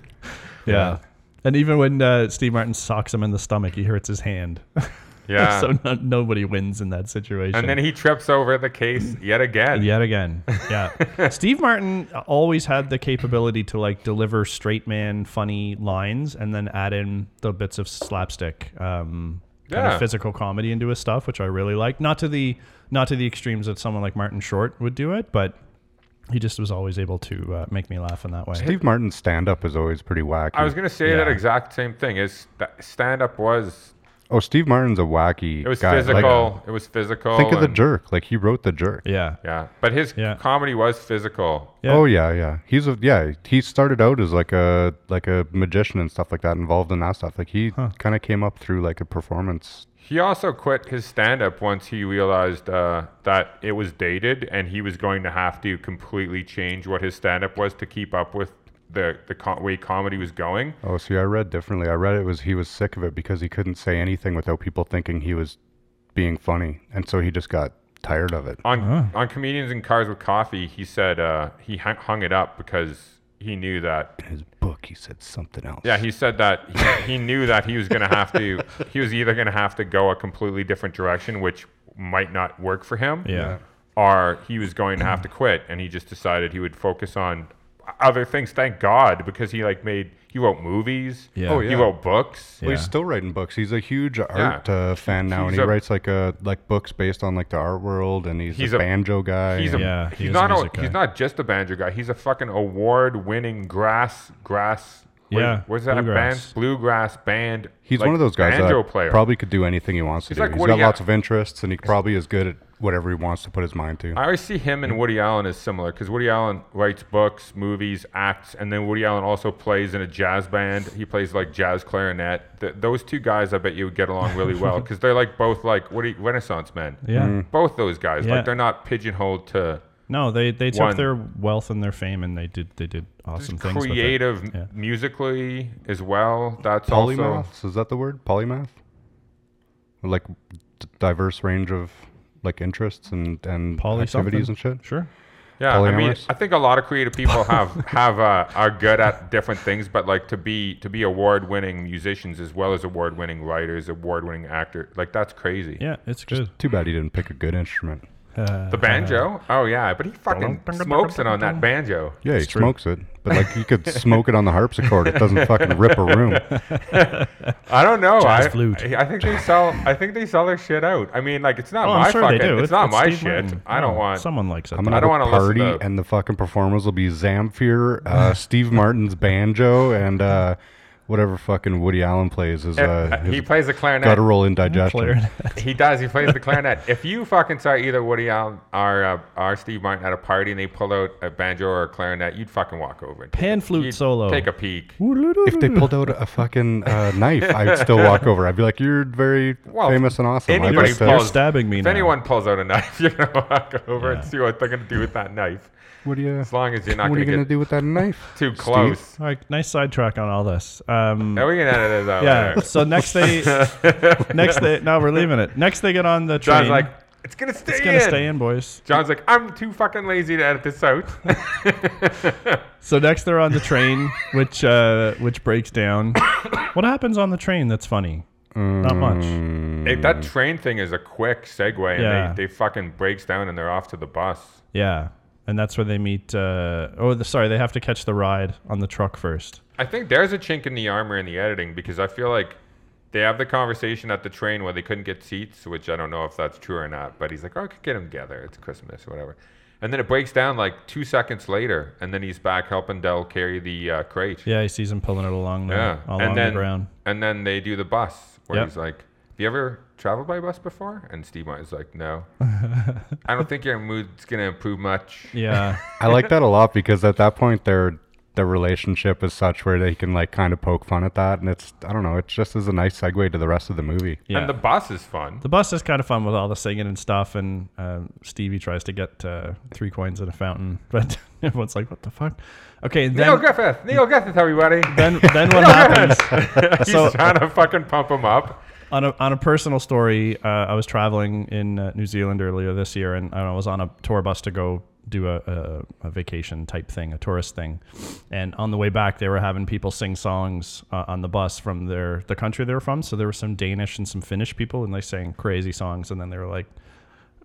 yeah. And even when uh, Steve Martin socks him in the stomach, he hurts his hand. Yeah. so no, nobody wins in that situation. and then he trips over the case Mm. yet again. yet again. Yeah. Steve Martin always had the capability to like deliver straight man funny lines and then add in the bits of slapstick um kind Yeah. of physical comedy into his stuff, which I really like. Not to the not to the extremes that someone like Martin Short would do it, but he just was always able to uh, make me laugh in that way. Steve Martin's stand up is always pretty wacky. I was gonna say that Yeah. exact same thing. Is stand up was oh, Steve Martin's a wacky. it was guy. Like, uh, physical. it was physical. think of the and- jerk. Like he wrote the jerk. Yeah. Yeah, but his Yeah. comedy was physical. Yeah. Oh yeah, yeah. He's a yeah. He started out as like a like a magician and stuff like that, involved in that stuff. Like he kind of came up through like a performance. He also quit his stand up once he realized uh, that it was dated and he was going to have to completely change what his stand up was to keep up with the, the co- way comedy was going. Oh, see, I read differently. I read it was he was sick of it because he couldn't say anything without people thinking he was being funny, and so he just got tired of it. On, on Comedians in Cars with Coffee, he said uh, he hung hung it up because he knew that. In his book, he said something else. Yeah, he said that he, he knew that he was going to have to, he was either going to have to go a completely different direction, which might not work for him. Yeah. or he was going to have to quit and he just decided he would focus on other things thank god because he like made he wrote movies Yeah. Oh, he yeah. wrote books Well, he's Yeah. still writing books. He's a huge art uh, fan now, and He's he a- writes like a like books based on like the art world, and he's, He's a, a- banjo guy. he's a and- Yeah, he is he's a not a, music guy. he's not just a banjo guy he's a fucking award winning grass grass what- Yeah, what's that bluegrass. band bluegrass band He's like, one of those guys banjo that player probably could do anything he wants to He's do. like he's Woody got lots Allen. of interests, and he probably is good at whatever he wants to put his mind to. I always see him and Woody Allen as similar because Woody Allen writes books, movies, acts, and then Woody Allen also plays in a jazz band. He plays like jazz clarinet. Th- those two guys, I bet you would get along really well because they're like both like what do you- Renaissance men. Yeah. Both those guys, Yeah. like they're not pigeonholed to No, they they took One. their wealth and their fame and they did they did awesome things. with it. creative m- Yeah. musically as well. That's also Polymaths is that the word? Polymath, like d- diverse range of like interests and and Poly activities something. and shit. Sure. yeah. I mean, polyamorous. I think a lot of creative people have have uh, are good at different things, but like to be to be award winning musicians as well as award winning writers, award winning actor, like that's crazy. Yeah, it's Uh, good. Too bad he didn't pick a good instrument. The banjo? Oh yeah, but he fucking smokes it on that banjo. Yeah, he smokes it, but like you could smoke it on the harpsichord. It doesn't fucking rip a room. I don't know. Jazz I, flute. I I think they sell. I think they sell their shit out. I mean, like it's not Oh, my I'm sure fucking. they do. It's, not my Steve shit. Martin. Oh, I don't No, want. Someone likes it. I'm though. gonna I have don't a wanna listen party, to- and the fucking performers will be Zamfir, uh, Steve Martin's banjo, and uh, whatever fucking Woody Allen plays is uh, Uh, his he plays the clarinet. guttural indigestion. Clarinet. He does. He plays the clarinet. If you fucking saw either Woody Allen or uh, or Steve Martin at a party and they pulled out a banjo or a clarinet, you'd fucking walk over and Pan flute you'd solo. Take a peek. If they pulled out a fucking uh, knife, I'd still walk over. I'd be like, "You're very Well, famous and awesome." I'd anybody like to- You're pulls- stabbing me If now. anyone pulls out a knife, you're gonna walk over Yeah. and see what they're gonna do with that knife. what are you? As long as you're not what are you gonna, gonna get do with that knife? too Steve? close. All right, nice sidetrack on all this. Um, Now we can edit this out. yeah. later. So next they, next they, no, we're leaving it. Next they get on the train. John's like, it's gonna stay it's in. gonna stay in, boys. John's like, I'm too fucking lazy to edit this out. So next they're on the train, which uh, which breaks down. what happens on the train? That's funny. Not much. Hey, that train thing is a quick segue, and Yeah. they, they fucking breaks down and they're off to the bus. Yeah. And that's where they meet. Uh, oh, the, sorry, they have to catch the ride on the truck first. I think there's a chink in the armor in the editing because I feel like they have the conversation at the train where they couldn't get seats, which I don't know if that's true or not. But he's like, oh, I could get them together. It's Christmas, whatever. And then it breaks down like two seconds later, and then he's back helping Dell carry the uh, crate. Yeah, he sees him pulling it along there, Yeah. along and then, the ground. And then they do the bus where Yep. he's like, Have you ever traveled by bus before? And Steve Martin's like, No. I don't think your mood's going to improve much. Yeah, I like that a lot because at that point their their relationship is such where they can like kind of poke fun at that, and it's I don't know, it's just as a nice segue to the rest of the movie. yeah. And the bus is fun. The bus is kind of fun with all the singing and stuff, and um, Stevie tries to get uh, three coins in a fountain, but everyone's like, "What the fuck?" Okay, and Neil then Griffith. Neil Griffith, everybody. then, then what happens? He's so trying to fucking pump him up. on a on a personal story, uh, I was traveling in uh, New Zealand earlier this year, and I was on a tour bus to go do a, a, a vacation type thing, a tourist thing. And on the way back, they were having people sing songs uh, on the bus from their the country they were from. So there were some Danish and some Finnish people, and they sang crazy songs. And then they were like,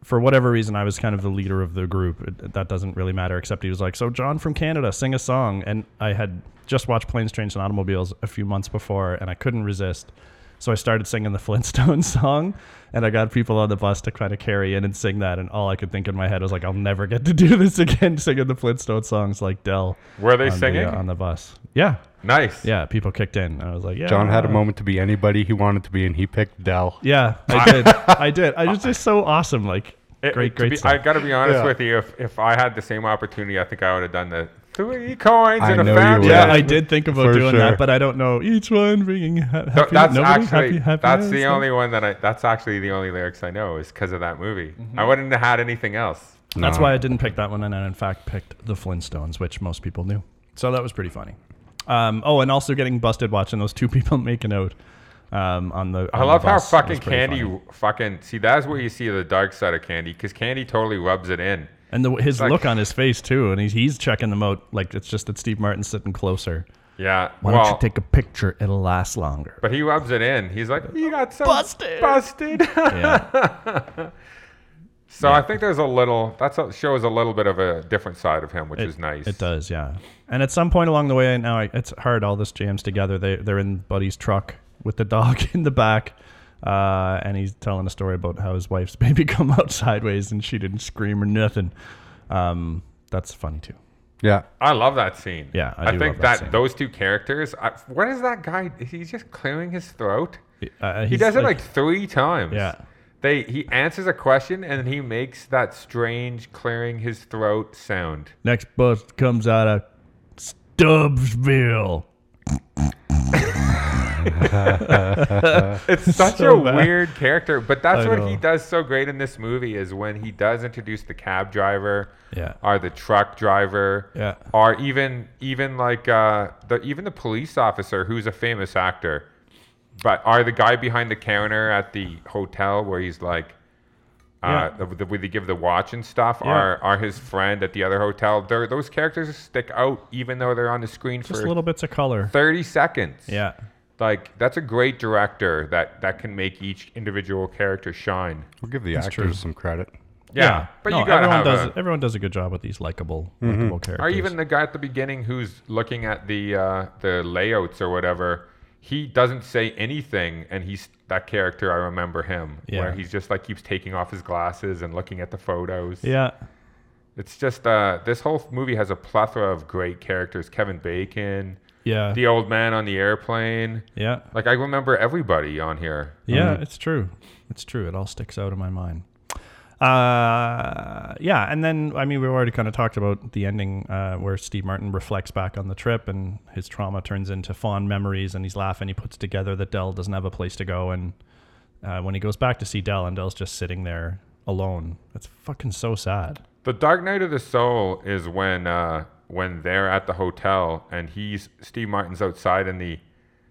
for whatever reason, I was kind of the leader of the group. It, that doesn't really matter, except he was like, So, John from Canada, sing a song. And I had just watched Planes, Trains, and Automobiles a few months before, and I couldn't resist. So I started singing the Flintstones song, and I got people on the bus to kind of carry in and sing that. And all I could think in my head was like, I'll never get to do this again, singing the Flintstones songs like Dell. Were they on the, uh, singing? on the bus? Yeah, Nice. yeah. People kicked in, and I was like, Yeah. uh, John had a moment to be anybody he wanted to be, and he picked Dell. Yeah, I did. I did. I was just so awesome. Like, It- great, to great. be- stuff. I got to be honest Yeah. with you. If, if I had the same opportunity, I think I would have done the three coins I in a know you fountain. would. Yeah, I did think about For doing sure. that, but I don't know each one bringing ha- Th- happy. that's nobody? actually happy, happy that's the and stuff? only one that I. That's actually the only lyrics I know is because of that movie. I wouldn't have had anything else. That's No. why I didn't pick that one, and I in fact picked the Flintstones, which most people knew. So that was pretty funny. Um, oh, and also getting busted watching those two people making out um, on the. on I the love how bus. That was fucking pretty Candy funny. fucking see. That's where you see the dark side of Candy because Candy totally rubs it in. and the, his like- look on his face too, and he's, he's checking them out like it's just that Steve Martin's sitting closer. Yeah. Why well, don't you take a picture? It'll last longer. but he rubs it in. He's like, you got some Busted." Busted. Yeah, so I think there's a little. That's a, shows a little bit of a different side of him, which is nice. It does, yeah. And at some point along the way, now I- it's hard. All this jams together. They they're in Buddy's truck with the dog in the back, uh, and he's telling a story about how his wife's baby come out sideways and she didn't scream or nothing. Um, that's funny too. Yeah, I love that scene. Yeah, I I, do think love that that, scene. those two characters. I, what is that guy? Is he just clearing his throat? Uh, He he's does it like three times. Yeah. They he answers a question and he makes that strange clearing his throat sound. next bus comes out of Stubbsville. It's such so a bad. weird character, but that's I what know. he does so great in this movie is when he does introduce the cab driver, Yeah. or the truck driver, Yeah. or even even like uh, the even the police officer who's a famous actor, but are the guy behind the counter at the hotel where he's like. Uh, the, the, where they give the watch and stuff Yeah. are are his friend at the other hotel. They're, those characters stick out even though they're on the screen Just for little bits of color. thirty seconds Yeah. like that's a great director that that can make each individual character shine. we'll give the actors some credit. Yeah, but No, you gotta everyone have does. a, everyone does a good job with these likable, likable characters. or even the guy at the beginning who's looking at the uh, the layouts or whatever. He doesn't say anything, and he's that character. I remember him Yeah. where he's just like keeps taking off his glasses and looking at the photos. yeah. it's just uh, this whole movie has a plethora of great characters. Kevin Bacon, Yeah. the old man on the airplane. yeah. Like I remember everybody on here. Yeah, it's true. It's true. It all sticks out in my mind. Uh, yeah, and then I mean, we've already kind of talked about the ending uh, where Steve Martin reflects back on the trip and his trauma turns into fond memories, and he's laughing. He puts together that Dell doesn't have a place to go, and uh, when he goes back to see Dell, and Dell's just sitting there alone. That's fucking so sad. The Dark Knight of the Soul is when uh, when they're at the hotel and he's Steve Martin's outside in the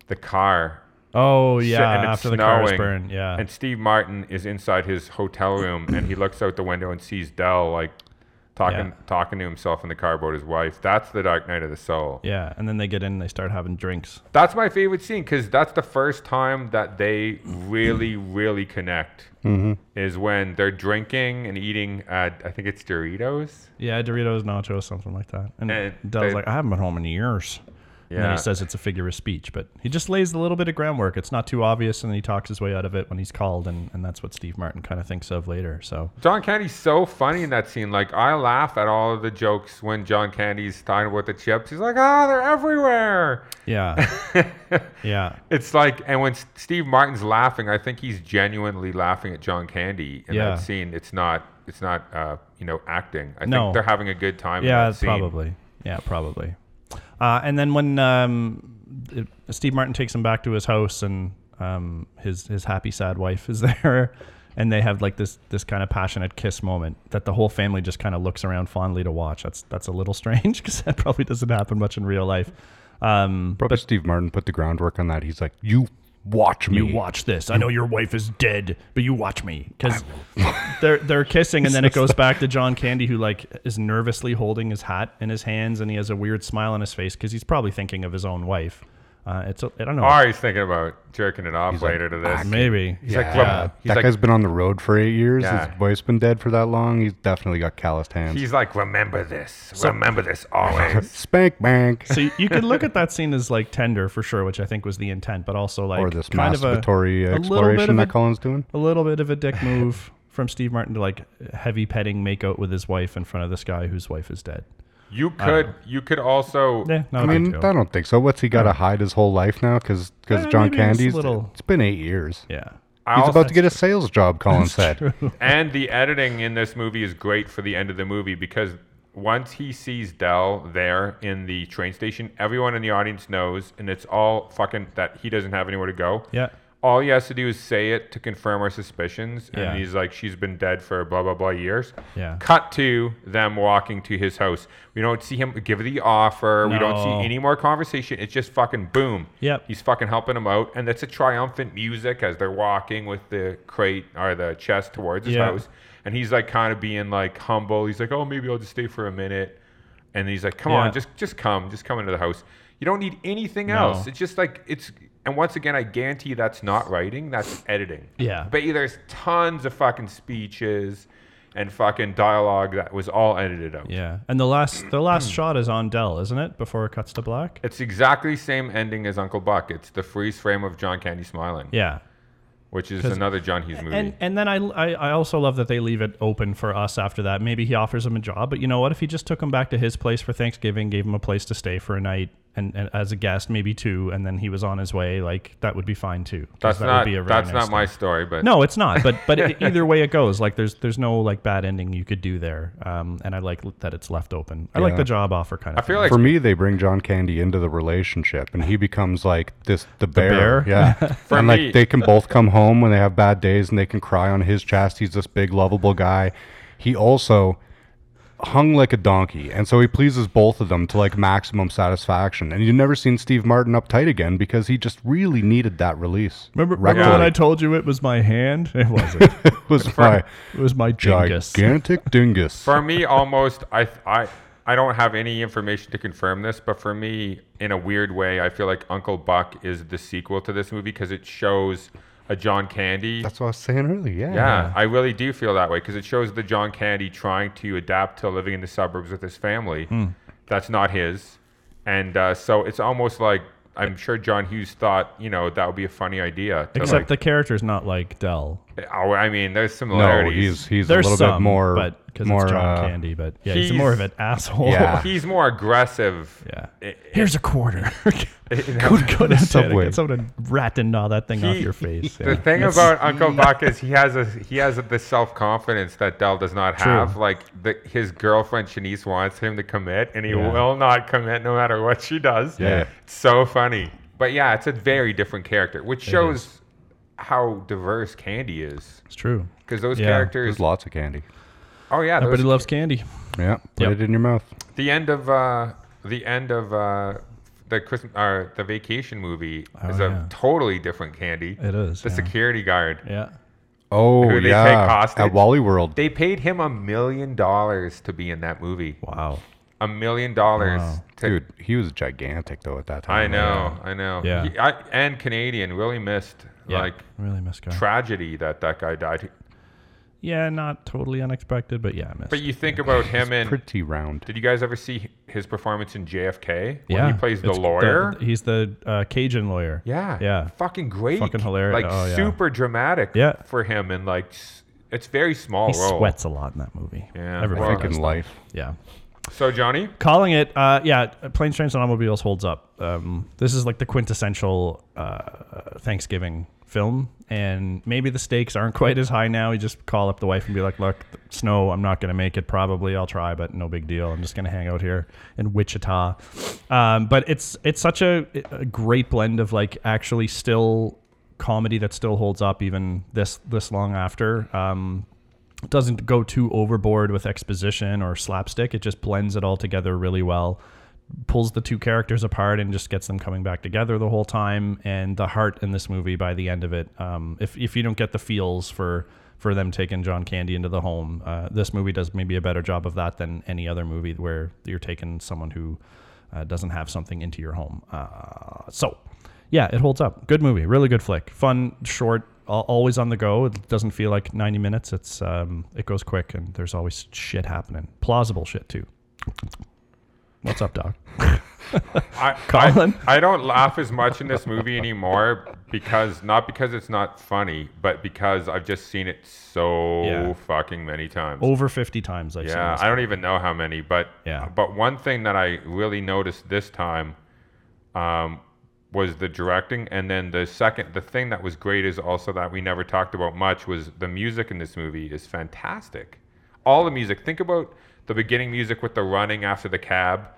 the car. Oh yeah, and it's after the cars snowing, burn. Yeah, And Steve Martin is inside his hotel room and he looks out the window and sees Dell like talking Yeah. talking to himself in the car about his wife. That's the Dark Knight of the Soul. yeah, and then they get in, and they start having drinks. That's my favorite scene because that's the first time that they really, really connect. Mm-hmm. Is when they're drinking and eating. Uh, I think it's Doritos. Yeah, Doritos, nachos, something like that. And, And Dell's they- like, I haven't been home in years. And then Yeah. he says it's a figure of speech, but he just lays a little bit of groundwork. It's not too obvious, and then he talks his way out of it when he's called, and, and that's what Steve Martin kind of thinks of later. So John Candy's so funny in that scene. Like I laugh at all of the jokes when John Candy's talking about the chips. He's like, "Ah, they're everywhere." yeah, yeah, It's like, and when S- Steve Martin's laughing, I think he's genuinely laughing at John Candy in Yeah. that scene. It's not, it's not, uh, you know, acting. I No. think they're having a good time. in yeah, that scene. probably, yeah, probably. Uh, and then when um, it- Steve Martin takes him back to his house, and um, his his happy sad wife is there. And they have like this this kind of passionate kiss moment that the whole family just kind of looks around fondly to watch. That's that's a little strange because that probably doesn't happen much in real life. Um, Probably Steve Martin put the groundwork on that. He's like, you watch me. you watch this. I know your wife is dead, but you watch me because they're they're kissing, and then it goes back to John Candy, who like is nervously holding his hat in his hands, and he has a weird smile on his face because he's probably thinking of his own wife. Uh, it's a, I don't know. Or he's thinking about jerking it off later to this. Maybe He's like, "Well," he's "Ah, that like, guy's been on the road for eight years. Yeah. His wife's been dead for that long. He's definitely got calloused hands. he's like, remember this, remember this always. Spank bank. so you, you could look at that scene as like tender for sure, which I think was the intent, but also like or this kind of a- masturbatory a little bit exploration of a- that Colin's doing. a little bit of a dick move from Steve Martin to like heavy petting make out with his wife in front of this guy whose wife is dead. you could, you could also, Yeah, not I a big mean, deal. I don't think so. What's he got to hide his whole life now? Because Eh, John maybe it's a Candy's. little- It's been eight years. yeah. I He's also about to get a sales job, Colin said. and the editing in this movie is great for the end of the movie because once he sees Dell there in the train station, everyone in the audience knows, and it's all fucking that he doesn't have anywhere to go. Yeah. All he has to do is say it to confirm our suspicions, and Yeah. he's like, "She's been dead for blah blah blah years." Yeah. Cut to them walking to his house. We don't see him give the offer. We don't No. see any more conversation. It's just fucking boom. Yep. He's fucking helping him out, and that's a triumphant music as they're walking with the crate or the chest towards his Yeah. house, and he's like kind of being like humble. He's like, "Oh, maybe I'll just stay for a minute," and he's like, "Come Yeah. on, just just come, just come into the house. You don't need anything else. It's just like it's." And once again, I guarantee that's not writing. That's editing. Yeah. But there's tons of fucking speeches and fucking dialogue that was all edited out. Yeah, and the last the Hmm. last shot is on Dell, isn't it? Before it cuts to black. It's exactly same ending as Uncle Buck. It's the freeze frame of John Candy smiling, Yeah, which is another John Hughes movie. and and then I, I I also love that they leave it open for us after that. Maybe he offers him a job, but you know what? If he just took him back to his place for Thanksgiving, gave him a place to stay for a night, and, and as a guest, maybe two, and then he was on his way, like that would be fine too. 'cause that's not very that's nice not my thing. story, but No, it's not. But but it, either way it goes, like there's there's no like bad ending you could do there. Um, and I like that it's left open. I like the job offer kind of. I feel like For me, they bring John Candy into the relationship, and he becomes like this the bear. bear? Yeah. and me- like they can both come home when they have bad days, and they can cry on his chest. He's this big, lovable guy. He also hung like a donkey, and so he pleases both of them to like maximum satisfaction. And you've never seen Steve Martin uptight again because he just really needed that release. Remember, remember Yeah. when I told you it was my hand? It wasn't. It was my It was my jingus. gigantic dingus. for me almost I I I don't have any information to confirm this, but for me, in a weird way, I feel like Uncle Buck is the sequel to this movie because it shows a John Candy. That's what I was saying earlier. yeah, I really do feel that way because it shows the John Candy trying to adapt to living in the suburbs with his family. That's not his, and uh, so it's almost like I'm sure John Hughes thought, you know, that would be a funny idea. To Except the character's not like Dell. like, oh, I mean, there's No, similarities. he's he's There's a little some, bit more, but because more it's John uh, Candy. But yeah, he's, he's- more of an asshole. Yeah. he's more aggressive. Yeah. I- Here's a quarter. Good, good. Subway. Get someone to rat and gnaw that thing off He- your face. The yeah. thing about Uncle Buck is he has a he has a, the self confidence that Dell does not have. Like the, his girlfriend Shanice wants him to commit, and he Yeah. will not commit no matter what she does. Yeah. it's so funny. But yeah, it's a very different character, which shows how diverse Candy is. It's true. Because those Yeah. characters, There's lots of candy. oh yeah, those, Everybody loves candy. Yeah, put Yep. it in your mouth. the end of uh, the end of uh, the Christmas or the vacation movie is a Oh, yeah. totally different Candy. It is. the yeah. security guard. yeah. Oh Who they yeah, take hostage. at Wally World. They paid him a million dollars to be in that movie. Wow. A million dollars. to- Dude, he was gigantic though at that time. I know, I know. Oh, Yeah. He- I, and Canadian really missed Yeah. like really missed guy. tragedy that that guy died. yeah, not totally unexpected, but yeah, I missed. But you think about him He's and pretty round. did you guys ever see his performance in JFK yeah, when he plays the It's lawyer? he's the uh, Cajun lawyer. yeah, yeah. fucking great, Fucking hilarious. like Oh, yeah. super dramatic, Yeah. for him, and like s- it's very small He role. sweats a lot in that movie. Yeah, everybody. well- Like in does. life. yeah. So Johnny, calling it uh, yeah planes trains and automobiles holds up um, this is like the quintessential uh, thanksgiving film and maybe the stakes aren't quite as high now you just call up the wife and be like look th- snow i'm not going to make it probably i'll try but no big deal i'm just going to hang out here in wichita um, but it's it's such a, a great blend of like actually still comedy that still holds up even this this long after um, doesn't go too overboard with exposition or slapstick. It just blends it all together really well, pulls the two characters apart and just gets them coming back together the whole time. And the heart in this movie by the end of it, um, if if you don't get the feels for for them taking John Candy into the home, uh, this movie does maybe a better job of that than any other movie where you're taking someone who uh, doesn't have something into your home. Uh, so yeah, it holds up. Good movie, really good flick. Fun, short, al- always on the go. It doesn't feel like 90 minutes. It's um, it goes quick, and there's always shit happening. Plausible shit too. What's up, Doc? I, Colin? I, I don't laugh as much in this movie anymore because not because it's not funny, but because I've just seen it so Yeah. fucking many times. Over 50 times I've seen yeah, this. I don't even know how many, but Yeah. but one thing that I really noticed this time um, was the directing, and then the second, the thing that was great is also that we never talked about much was the music in this movie is fantastic. All the music. Think about the beginning music with the running after the cab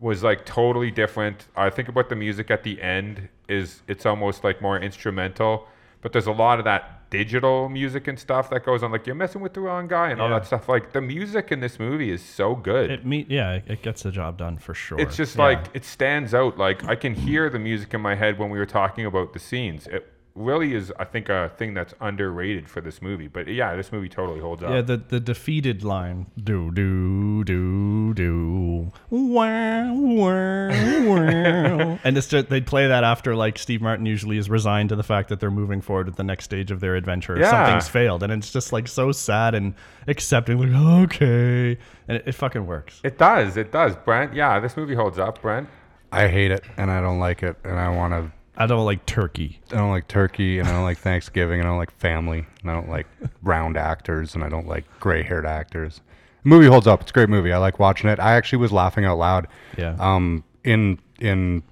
was like totally different. I think about the music at the end is it's almost like more instrumental, but there's a lot of that digital music and stuff that goes on. Like you're messing with the wrong guy and all Yeah. that stuff. Like the music in this movie is so good. It me yeah, it gets the job done for sure. it's just Yeah. like it stands out. Like I can hear the music in my head when we were talking about the scenes. It really is, I think, a thing that's underrated for this movie. But yeah, this movie totally holds up. yeah, the, the defeated line. Do do do do. Wow wow wow. And it's just, they'd play that after like Steve Martin usually is resigned to the fact that they're moving forward with the next stage of their adventure. Yeah. Something's failed, and it's just like so sad and accepting. Like okay, and it, it fucking works. it does. It does. Brent. Yeah, this movie holds up. Brent. I hate it and I don't like it and I want to. I don't like turkey. I don't like turkey and I don't like Thanksgiving and I don't like family and I don't like round actors and I don't like gray haired actors. The movie holds up. It's a great movie. I like watching it. I actually was laughing out loud. Yeah. Um. In in.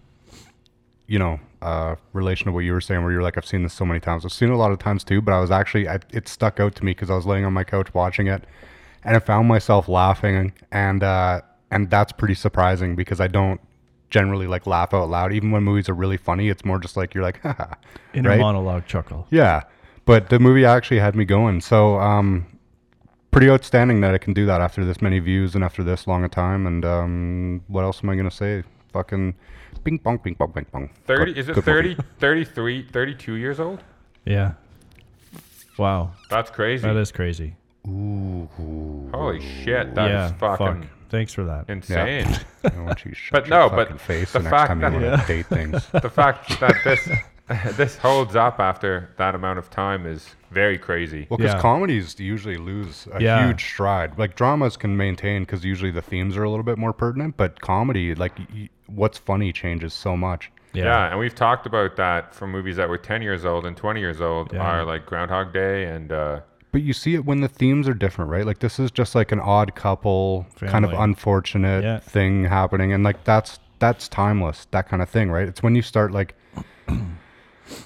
You know, uh, relation to what you were saying, where you're like, I've seen this so many times. I've seen it a lot of times too, but I was actually, I, it stuck out to me because I was laying on my couch watching it, and I found myself laughing, and uh, and that's pretty surprising because I don't generally like laugh out loud. Even when movies are really funny, it's more just like you're like, haha, Inner right? monologue chuckle. Yeah, but the movie actually had me going. So, um, pretty outstanding that I can do that after this many views and after this long a time. And um, what else am I gonna say? Fucking ping pong, ping pong, ping pong. Thirty. Good- is it good 30, movie. 33, 32 years old? Yeah. Wow, That's crazy. that is crazy. Holy shit, That is yeah, fucking fuck. Thanks for that. insane. I don't want you to shut But your no, but fucking face the the next fact time you that- want to date things. the fact that this this holds up after that amount of time is very crazy. Well, because Yeah. comedies usually lose a Yeah. huge stride. Like dramas can maintain because usually the themes are a little bit more pertinent, but comedy, like y- y- what's funny changes so much. yeah. and we've talked about that for movies that were 10 years old and 20 years old Yeah. are like Groundhog Day and uh, But you see it when the themes are different, right? Like this is just like an odd couple, kind of Family. unfortunate Yeah. thing happening, and like that's that's timeless, that kind of thing, right? It's when you start like,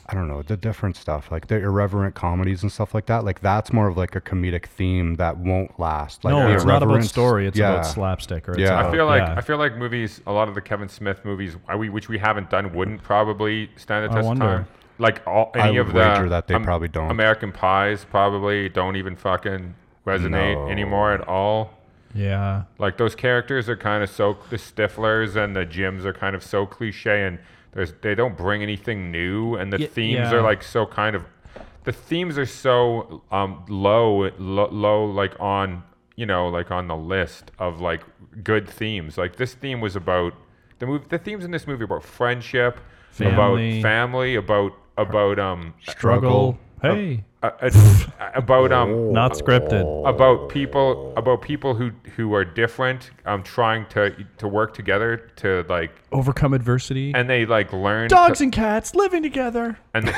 I don't know, the different stuff, like the irreverent comedies and stuff like that. Like that's more of like a comedic theme that won't last. Like no, the it's not about irreverence- story. It's yeah. about slapstick. Or it's Yeah. I about- feel like yeah. I feel like movies a lot of the Kevin Smith movies I- we which we haven't done wouldn't probably stand the I test of wonder. time. Like all any would of wager the that they probably don't. American Pies probably don't even fucking resonate No. anymore at all. yeah. Like those characters are kind of so the Stiflers and the Jims are kind of so cliche, and there's they don't bring anything new, and the Ye- themes yeah. are like so kind of, the themes are so um low lo, low like on you know like on the list of like good themes. Like this theme was about the movie. The themes in this movie about friendship, Family. about family, about about um struggle. Struggle. Oh. Hey, uh, uh, about um Not scripted. about people about people who who are different um trying to to work together to like Overcome adversity. and they like learn Dogs to, and cats living together. and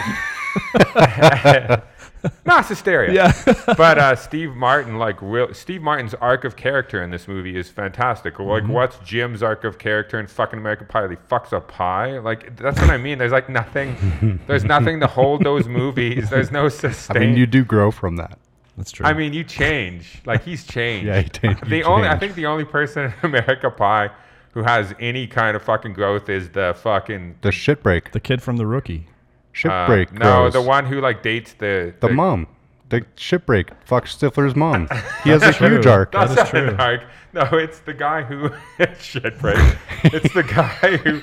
mass hysteria Yeah. but uh steve martin like real steve martin's arc of character in this movie is fantastic like Mm-hmm. what's jim's arc of character in fucking american pie he fucks a pie like that's what i mean there's like nothing there's nothing to hold those movies there's no sustain I mean, you do grow from that. That's true. I mean, you change. Like he's changed. Yeah, he did. The He only I changed. think the only person in America Pie who has any kind of fucking growth is the fucking The shit break. the kid from The Rookie. uh, Shipbreak. no, grows. the one who like dates the The mom. The shipbreak. Fuck Stifler's mom. He has a That's huge true. arc. That That's is not an true. arc. No, it's the guy who shit break. It's the guy who.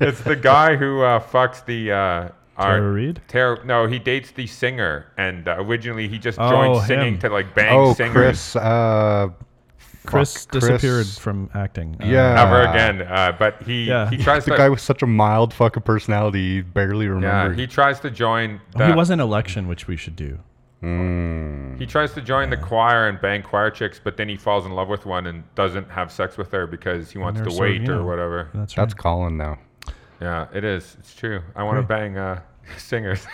It's the guy who uh, fucks the. Uh, our- Tara Reid? Tara- no, he dates the singer, and uh, originally he just Oh, joined singing him. to like bang Oh, singers. Chris. Uh, Chris Chris- disappeared from acting. Uh, yeah. Never again. Uh, but he Yeah. he tries The to guy with such a mild fucking personality, you barely Yeah, remember. he tries to join. Oh, The, he was in election, which we should do. Hmm, he tries to join the choir and bang choir chicks, but then he falls in love with one and doesn't have sex with her because he wants they're to so, wait you know. or whatever. That's right. That's Colin now. Yeah, it is. It's true. I want to Great. bang uh, singers.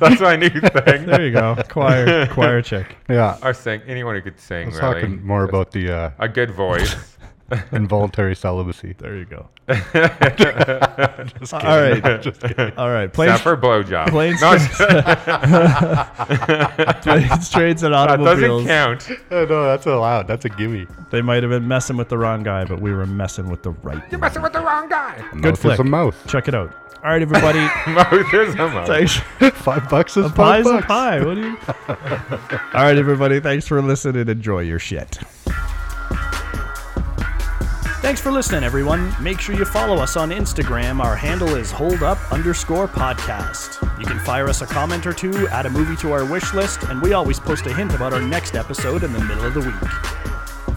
That's my new thing. there you go. Choir, choir chick. Yeah. Or sing anyone who could sing. Let's really. talk more about the uh, a good voice. involuntary celibacy. There you go. All right. All right. Planes, Except for blowjob. planes, No, trains, planes, trains, and that automobiles. doesn't count. Oh, no, that's allowed. That's a gimme. They might have been messing with the wrong guy, but we were messing with the right. You're one. messing with the wrong guy. Good mouth flick. is a mouth. Check it out. All right, everybody. Mouth is a mouth. Thanks. Five bucks is five Pie's a bucks. pie. What do you? All right, everybody. Thanks for listening. Enjoy your shit. Thanks for listening, everyone. Make sure you follow us on Instagram. Our handle is holdup underscore podcast. You can fire us a comment or two, add a movie to our wish list, and we always post a hint about our next episode in the middle of the week.